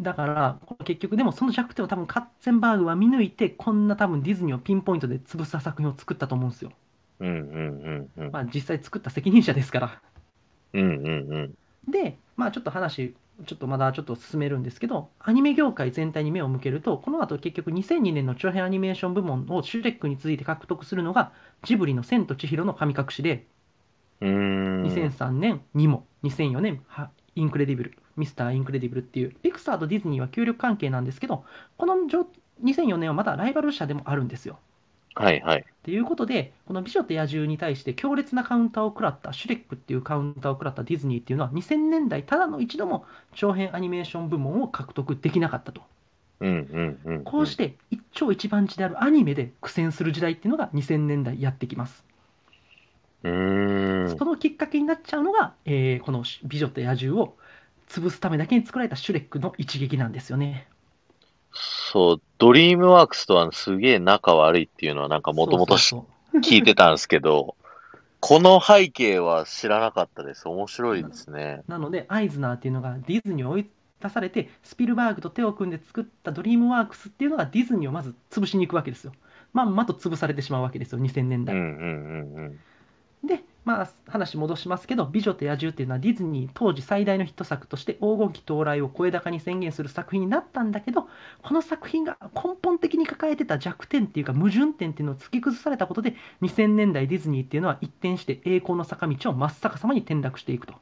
B: だから、これ結局、でもその弱点を多分カッツェンバーグは見抜いて、こんな多分ディズニーをピンポイントで潰した作品を作ったと思うんですよ。
A: うんうんうんうん。
B: まあ、実際作った責任者ですから。
A: うんうんうん。
B: で、まあ、ちょっと話、ちょっとまだちょっと進めるんですけど、アニメ業界全体に目を向けると、この後結局2002年の長編アニメーション部門をシュレックに続いて獲得するのが、ジブリの千と千尋の神隠しで、
A: うーん。
B: 2003年にも、2004年はインクレディブル、ミスターインクレディブルっていう、ピクサーとディズニーは協力関係なんですけど、この状2004年はまだライバル社でもあるんですよ。
A: はいはい。
B: ということで、この美女と野獣に対して強烈なカウンターを食らった、シュレックっていうカウンターを食らったディズニーっていうのは、2000年代ただの一度も長編アニメーション部門を獲得できなかったと。
A: うんうんうんうん。
B: こうして一丁一番地であるアニメで苦戦する時代っていうのが2000年代やってきます。
A: うーん。
B: そのきっかけになっちゃうのが、えーこの「美女と野獣」を潰すためだけに作られたシュレックの一撃なんですよね。
A: そう、ドリームワークスとはすげえ仲悪いっていうのはなんかもともと
B: そうそう
A: 聞いてたんですけど、この背景は知らなかったです。面白いですね。
B: そうなのでアイズナーっていうのがディズニーを追い出されてスピルバーグと手を組んで作ったドリームワークスっていうのがディズニーをまず潰しに行くわけですよ。まんまと潰されてしまうわけですよ2000年
A: う
B: 代。
A: んうんうんうん。
B: で、まあ、話戻しますけど、美女と野獣っていうのはディズニー当時最大のヒット作として黄金期到来を声高に宣言する作品になったんだけど、この作品が根本的に抱えてた弱点っていうか矛盾点っていうのを突き崩されたことで、2000年代ディズニーっていうのは一転して栄光の坂道を真っ逆さまに転落していくと。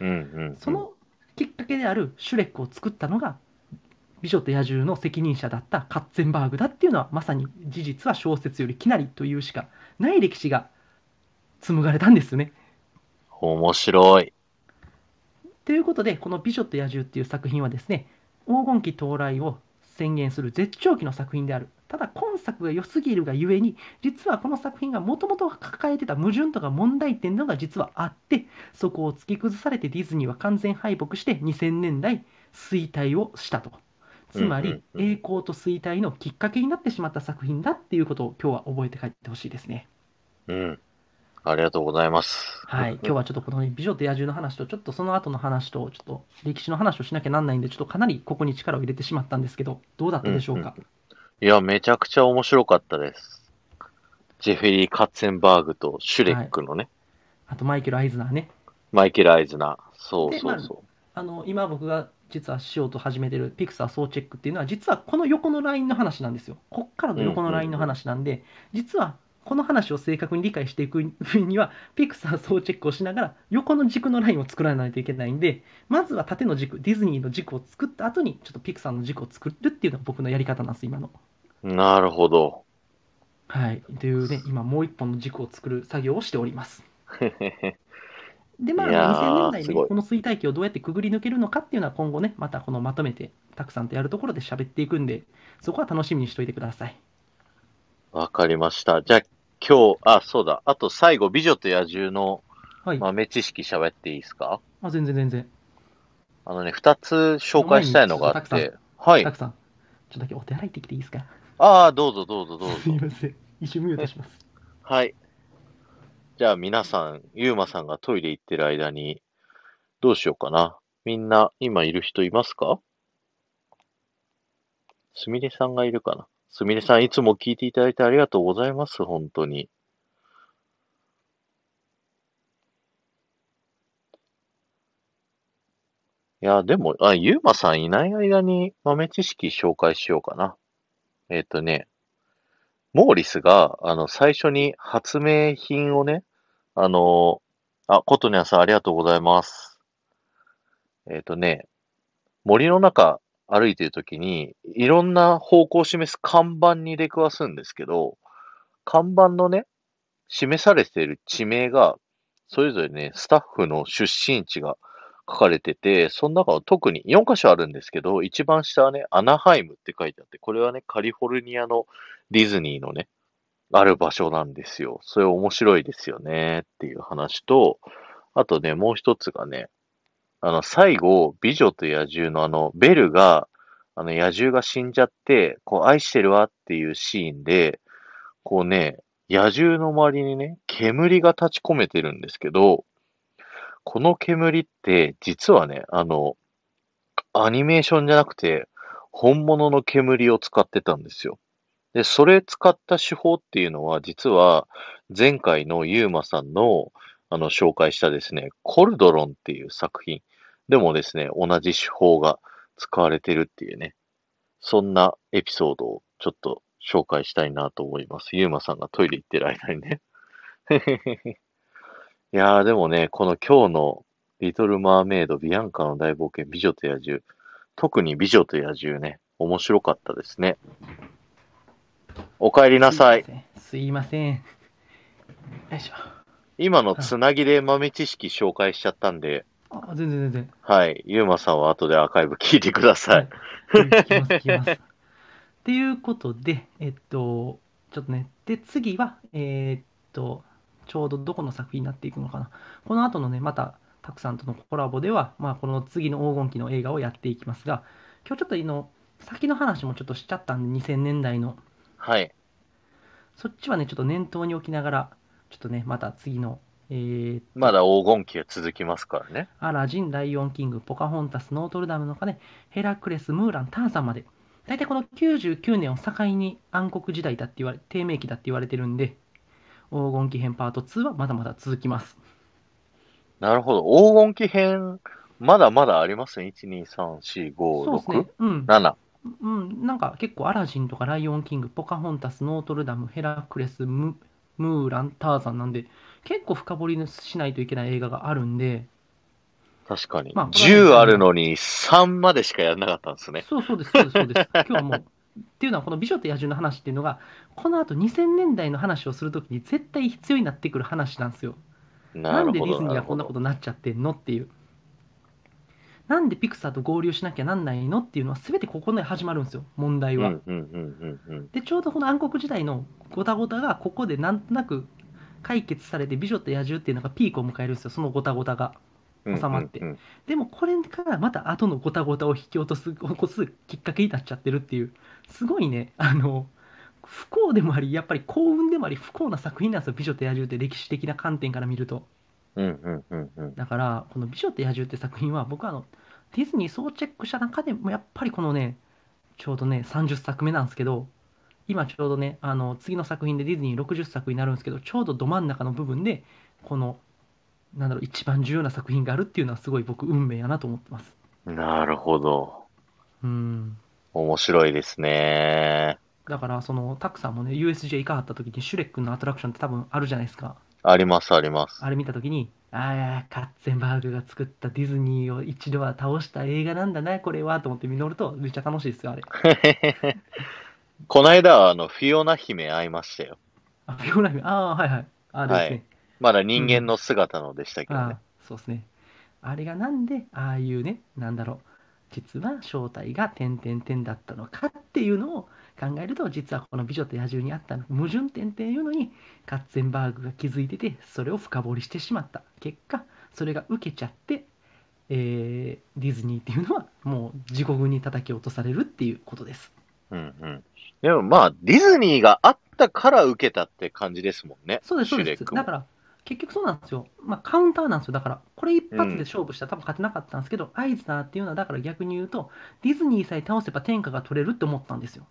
A: うんうんうん。
B: そのきっかけであるシュレックを作ったのが、美女と野獣の責任者だったカッツェンバーグだっていうのは、まさに事実は小説よりきなりというしかない歴史が紡がれたんですよね。
A: 面白い。
B: ということで、この「美女と野獣」っていう作品はですね、黄金期到来を宣言する絶頂期の作品である。ただ、今作が良すぎるがゆえに、実はこの作品がもともと抱えてた矛盾とか問題点のが実はあって、そこを突き崩されてディズニーは完全敗北して2000年代衰退をしたと。つまり
A: うんうんうん
B: 栄光と衰退のきっかけになってしまった作品だっていうことを今日は覚えて帰ってほしいですね。
A: うん。ありがとうございます。
B: はい、今日はちょっとこの「美女と野獣」の話とちょっとその後の話とちょっと歴史の話をしなきゃなんないんでちょっとかなりここに力を入れてしまったんですけどどうだったでしょうか、
A: いや、めちゃくちゃ面白かったです。ジェフェリー・カッツェンバーグとシュレックのね、
B: あとマイケル・アイズナーね
A: マイケル・アイズナー。そう
B: で
A: そうそ
B: あの今僕が実はしようと始めてるピクサー総チェックっていうのは実はこの横のラインの話なんですよこっからの横のラインの話なんで、実はこの話を正確に理解していくにはピクサー総チェックをしながら横の軸のラインを作らないといけないんでまずは縦の軸ディズニーの軸を作った後にちょっとピクサーの軸を作るっていうのが僕のやり方なんです今の。
A: う。なるほど。
B: はい、というね今もう一本の軸を作る作業をしております。でまあ、
A: いやー
B: 2000年代
A: す
B: に
A: ごい
B: この衰退期をどうやってくぐり抜けるのかっていうのは今後ねまたこのまとめてたくさんとやるところで喋っていくんでそこは楽しみにしておいてください
A: わかりました。じゃあ、今日、あ、そうだ。あと最後、美女と野獣の
B: はい、
A: 豆知識喋っていいですか
B: あ、全然全然
A: あのね、二つ紹介したいのがあっ
B: 前に
A: て。は
B: た
A: い
B: く。さんちょっとだけお手洗い行ってきていいですか
A: ああ、どうぞどうぞどうぞ
B: す。いません一瞬ミュートします
A: はい。じゃあ皆さん、ゆうまさんがトイレ行ってる間に、どうしようかな。みんな、今いる人いますかすみれさんがいるかな。すみれさん、いつも聞いていただいてありがとうございます、本当に。いや、でも、あ、ゆうまさんいない間に豆知識紹介しようかな。えっ、とね、モーリスが、あの、最初に発明品をね、あの、あ、ことにゃんさんありがとうございます。えっ、とね、森の中歩いてるときに、いろんな方向を示す看板に出くわすんですけど、看板のね、示されている地名が、それぞれね、スタッフの出身地が書かれてて、その中の特に4箇所あるんですけど、一番下はね、アナハイムって書いてあって、これはね、カリフォルニアのディズニーのね、ある場所なんですよ。それ面白いですよねっていう話と、あとね、もう一つがね、あの、最後、美女と野獣のあの、ベルが、あの、野獣が死んじゃって、こう、愛してるわっていうシーンで、こうね、野獣の周りにね、煙が立ち込めてるんですけど、この煙って、実はね、あの、アニメーションじゃなくて、本物の煙を使ってたんですよ。で、それ使った手法っていうのは、実は、前回のユーマさんの、あの、紹介したですね、コルドロンっていう作品でもですね、同じ手法が使われてるっていうね、そんなエピソードをちょっと紹介したいなと思います。ユーマさんがトイレ行ってる間にね。 いやー、でもね、この今日のリトル・マーメイド、ビアンカの大冒険、美女と野獣、特に美女と野獣ね、面白かったですね。お帰りなさい。
B: すいませんよいしょ
A: 今のつなぎで豆知識紹介しちゃったんで、
B: あ全然全然
A: はい。ゆうまさんは後でアーカイブ聞いてください。
B: 聞きます聞きます。っていうことで、えっと、ちょっとね、で、次は、えーっと、ちょうどどこの作品になっていくのかな。この後のね、また、たくさんとのコラボでは、まあ、この次の黄金期の映画をやっていきますが、今日ちょっとあの、先の話もちょっとしちゃったんで、2000年代の、
A: はい。
B: そっちはね、ちょっと念頭に置きながら、ちょっとね、また次の、えー、
A: まだ黄金期が続きますからね。
B: アラジン、ライオンキング、ポカホンタス、ノートルダムの鐘、ヘラクレス、ムーラン、ターザンまで、大体この99年を境に暗黒時代だって言われ、低迷期だって言われてるんで、黄金期編パート2はまだまだ続きます。
A: なるほど。黄金期編、まだまだありますね。1、2、3、4、
B: そ
A: 5、
B: うです
A: 6
B: ね、。うん、
A: 7。
B: うん、なんか結構アラジンとかライオンキング、ポカホンタス、ノートルダム、ヘラクレス、ムムーラン、ターザンなんで、結構深掘りしないといけない映画があるんで、
A: 確かに。
B: まあ
A: 10あるのに3までしかやんなかったんですね。
B: そうそうです、そうです、そうです。 今日はもう。っていうのは、この美女と野獣の話っていうのが、この後2000年代の話をするときに絶対必要になってくる話なんですよ。
A: な
B: な
A: る
B: んで
A: ほ
B: ディ
A: ど。
B: ズニーがこんなことになっちゃってんのっていう。なんでピクサーと合流しなきゃなんないのっていうのは、すべてここで始まるんですよ、問題
A: な
B: は。
A: るほどうんうんうんうんうん。
B: で、ちょうどこの暗黒時代のごたごたが、ここでなんとなく解決されて、美女と野獣っていうのがピークを迎えるんですよ、そのごたごたが。収まって
A: うんうん
B: でもこれからまた後のごたごたを引き落とす起こすきっかけになっちゃってるっていうすごいねあの不幸でもありやっぱり幸運でもあり不幸な作品なんですよ「美女と野獣」って歴史的な観点から見ると
A: うんうんうんうん
B: だからこの「美女と野獣」って作品は僕はあのディズニー総チェックした中でもやっぱりこのねちょうどね30作目なんですけど今ちょうどねあの次の作品でディズニー60作になるんですけどちょうどど真ん中の部分でこのなんだろう一番重要な作品があるっていうのはすごい僕運命やなと思ってます。
A: うん。なるほど。
B: うん
A: 面白いですね。
B: だからそのタクさんもね USJ 行かはった時にシュレックのアトラクションって多分あるじゃないですか
A: ありますあります。
B: あれ見た時にああカッツェンバーグが作ったディズニーを一度は倒した映画なんだなこれはと思って見乗るとめっちゃ楽しいですよあれ
A: こないだはあの、フィオナ姫会いましたよ。
B: あフィオナ姫ああはいはいあれですね、
A: まだ人間の姿のでしたけど
B: あ
A: ね
B: あ。そうですねあれがなんでああいうねなんだろう実は正体が点々点だったのかっていうのを考えると実はこの「美女と野獣」にあった矛盾点っていうのにカッツェンバーグが気づいててそれを深掘りしてしまった結果それが受けちゃって、えーディズニーっていうのはもう地獄に叩き落とされるっていうことです
A: うんうん。でもまあ、ディズニーがあったから受けたって感じですもんね。
B: そうです、そう
A: シュレ
B: で
A: ッ
B: す。
A: クも
B: だから、結局そうなんですよ。まあ、カウンターなんですよ。だから、これ一発で勝負したら多分勝てなかったんですけど、アイズナーっていうのは、だから逆に言うと、ディズニーさえ倒せば天下が取れるって思ったんですよ。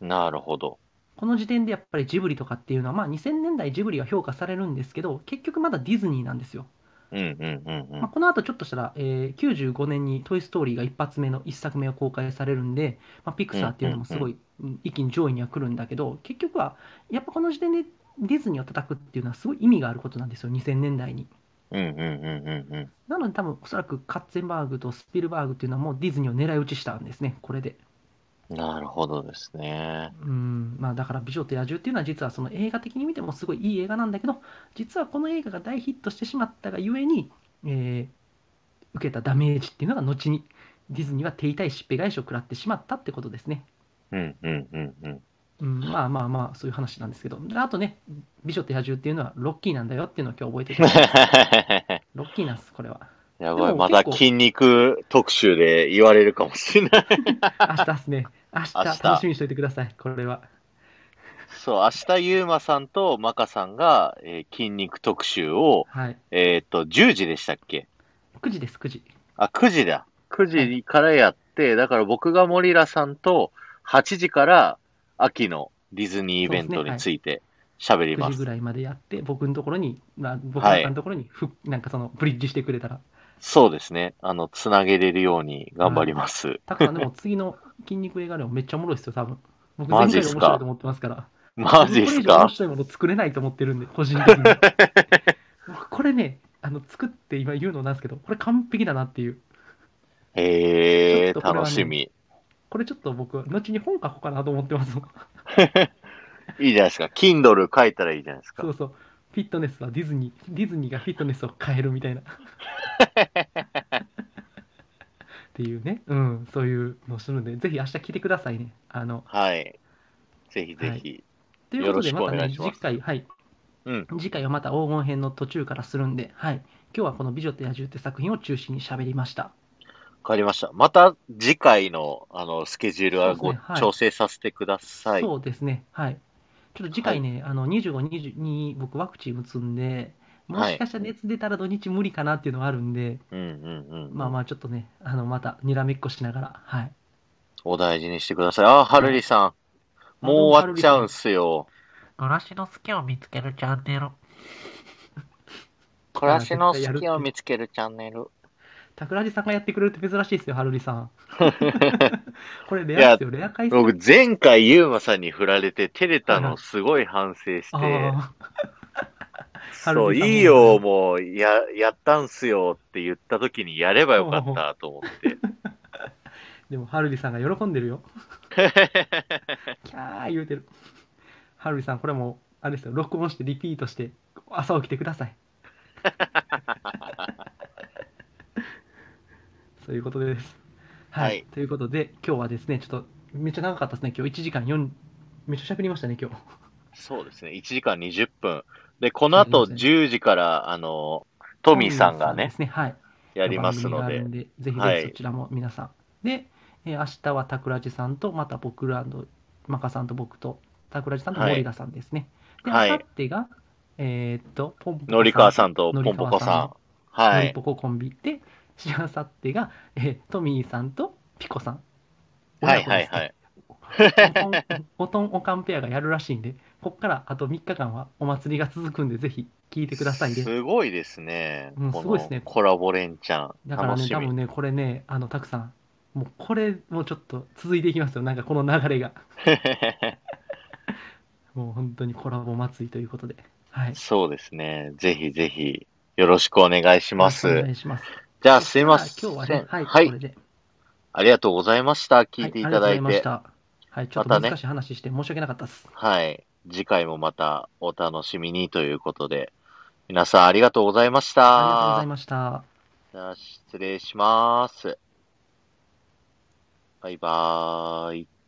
A: なるほど。
B: この時点でやっぱりジブリとかっていうのは、まあ、2000年代ジブリは評価されるんですけど、結局まだディズニーなんですよ。
A: うんうんうんう
B: まあ、
A: ん。
B: この後ちょっとしたら、えー95年に「トイ・ストーリー」が一発目の一作目が公開されるんで、まあ、ピクサーっていうのもすごいうん一気に上位には来るんだけど結局はやっぱこの時点でディズニーを叩くっていうのはすごい意味があることなんですよ2000年代に。
A: うんうんうんうんうん。
B: なので多分おそらくカッツェンバーグとスピルバーグっていうのはもうディズニーを狙い撃ちしたんですねこれで。
A: なるほどですね。
B: うんまあ、だから「美女と野獣」っていうのは実はその映画的に見てもすごいいい映画なんだけど実はこの映画が大ヒットしてしまったがゆえに、えー受けたダメージっていうのが後にディズニーは手痛いしっぺ返しを食らってしまったってことですね、
A: うんうんうんうん。
B: うん、まあまあまあそういう話なんですけどであとね「美女と野獣」っていうのはロッキーなんだよっていうのを今 日覚えててロッキーなんですこれは
A: やば
B: で
A: い、
B: も
A: まだ
B: 結構
A: 筋肉特集で言われるかもしれない。
B: 明日ですね明日
A: 明日
B: 楽しみにしておいてくださいこれは
A: そう、明日ゆうまさんとまかさんが、えー筋肉特集を、
B: はい
A: えーっと、10時でしたっけ
B: 9時です9時
A: あ、9時だ。9時からやって、だから僕がモリラさんと8時から秋のディズニーイベントについて喋り
B: 9
A: ま
B: 時
A: す。
B: ぐらいまでやって僕のところに、まあ、僕
A: はい
B: のところにふ、なんかそのブリッジしてくれたら
A: そうですね。あの、つなげれるように頑張ります。
B: たくさんでも次の筋肉映画でもめっちゃおもろいですよ、多分。僕
A: マ
B: 前
A: ジっ
B: 回
A: す
B: で
A: か
B: 面白いと思ってますから。
A: マジっす
B: 僕これ以上面
A: か
B: 白いもの作れないと思ってるんで、個人的に。 僕これね、あの作って今言うのなんですけど、これ完璧だなっていう。
A: へえ
B: ちょっとこれはね
A: 楽しみ。
B: これちょっと僕、後に本書こうかなと思ってますもん。
A: いいじゃないですか。Kindle 書いたらいいじゃないですか
B: そ。うそう。フィットネスはディズニー、ディズニーがフィットネスを変えるみたいな。っていうね、うん、そういうのをするんで、ぜひ明日来てくださいね。あの、
A: はい。ぜひぜひ。
B: ということで、
A: よろし
B: ま
A: く
B: た
A: お願い
B: ね、
A: します
B: 次回、はい、
A: うん
B: 次回はまた黄金編の途中からするんで、はい、今日はこの「美女と野獣」って作品を中心に喋りました。
A: わかりました。また次回のあのスケジュールは
B: そ
A: ご、
B: うですねはい
A: 調整させてください。
B: そうですね、はい。ちょっと次回ね、あの25、20に僕、ワクチン打つんで、もしかしたら熱出たら土日無理かなっていうのはあるんで、
A: うんうんうん。
B: まあまあ、ちょっとね、あのまたにらめっこしながら、はい。
A: お大事にしてください。あ、はるりさん。もう終わっちゃうんすよ。
B: のらしの好を見つけるチャンネル。
A: 暮らしの好きを見つけるチャンネル。
B: たくらじさんがやってくれるって珍しいですよ、はるりさん。これ、レアですよ、レア回数。
A: 僕、前回、ゆうまさんに振られて、照れたのすごい反省し
B: あ
A: て、
B: ーー
A: そう、
B: はるりさんも
A: いいよ、もう、や、やったんすよって言った時に、やればよかったと 思って。
B: でも、はるりさんが喜んで るよ。キャー言うてる。はるりさん、これもう、あれですよ、録音してリピートして、朝起きてく ださい。そういうことです。はい。
A: はい
B: ということで、今日はですね、ちょっと、めっちゃ長かったですね、今日1時間4、めっちゃ喋りましたね、今日。
A: そうですね、1時間20分。で、この後
B: そうです
A: 10時から、あの、トミーさんが
B: で
A: ね、
B: すね、はい。
A: やりますの
B: 番組があ
A: で
B: るの。でぜひ
A: は
B: ぜ
A: い
B: ひそちらも皆さん。で、えー明日は桜地さんと、また僕らの、マカさんと僕と、桜地さんと
A: はい
B: 森田さんですね。
A: はい
B: で、明後日が、えーっと、ポンポコ
A: のりかわさんと
B: の
A: ぽん
B: り
A: ぽ
B: か
A: こ
B: わ
A: さ
B: さ
A: ん。は
B: のり
A: い。
B: ぽこコンビで、しあさってが、えートミーさんとピコさん。
A: はいはいはい。
B: おとんおかんペアがやるらしいんで、こっからあと3日間はお祭りが続くんで、ぜひ聞いてくださいね。
A: すごいですね。
B: うん
A: こ
B: すごいです
A: の
B: ね
A: コラボレンちゃん。
B: だから
A: 楽
B: ね、
A: し
B: 多
A: み
B: 分。ね、これね、あの、たくさん、もうこれ、もうちょっと続いていきますよ、なんかこの流れが。もう本当にコラボ祭りということで。はい。
A: そうですね。ぜひぜひ、よろしくお願いしま
B: よろしくお
A: す
B: 願。いします。
A: じゃあ、すいません。
B: 今日はね、はい、これで。
A: ありがとうございました。聞いていただい
B: はい、あり
A: て。
B: がとうございました。はい、ちょっと
A: またね
B: 難しい話して申し訳なかったです。
A: はい。次回もまたお楽しみにということで。皆さんありがとうございました。
B: ありがとうございました。
A: じゃあ、失礼します。バイバーイ。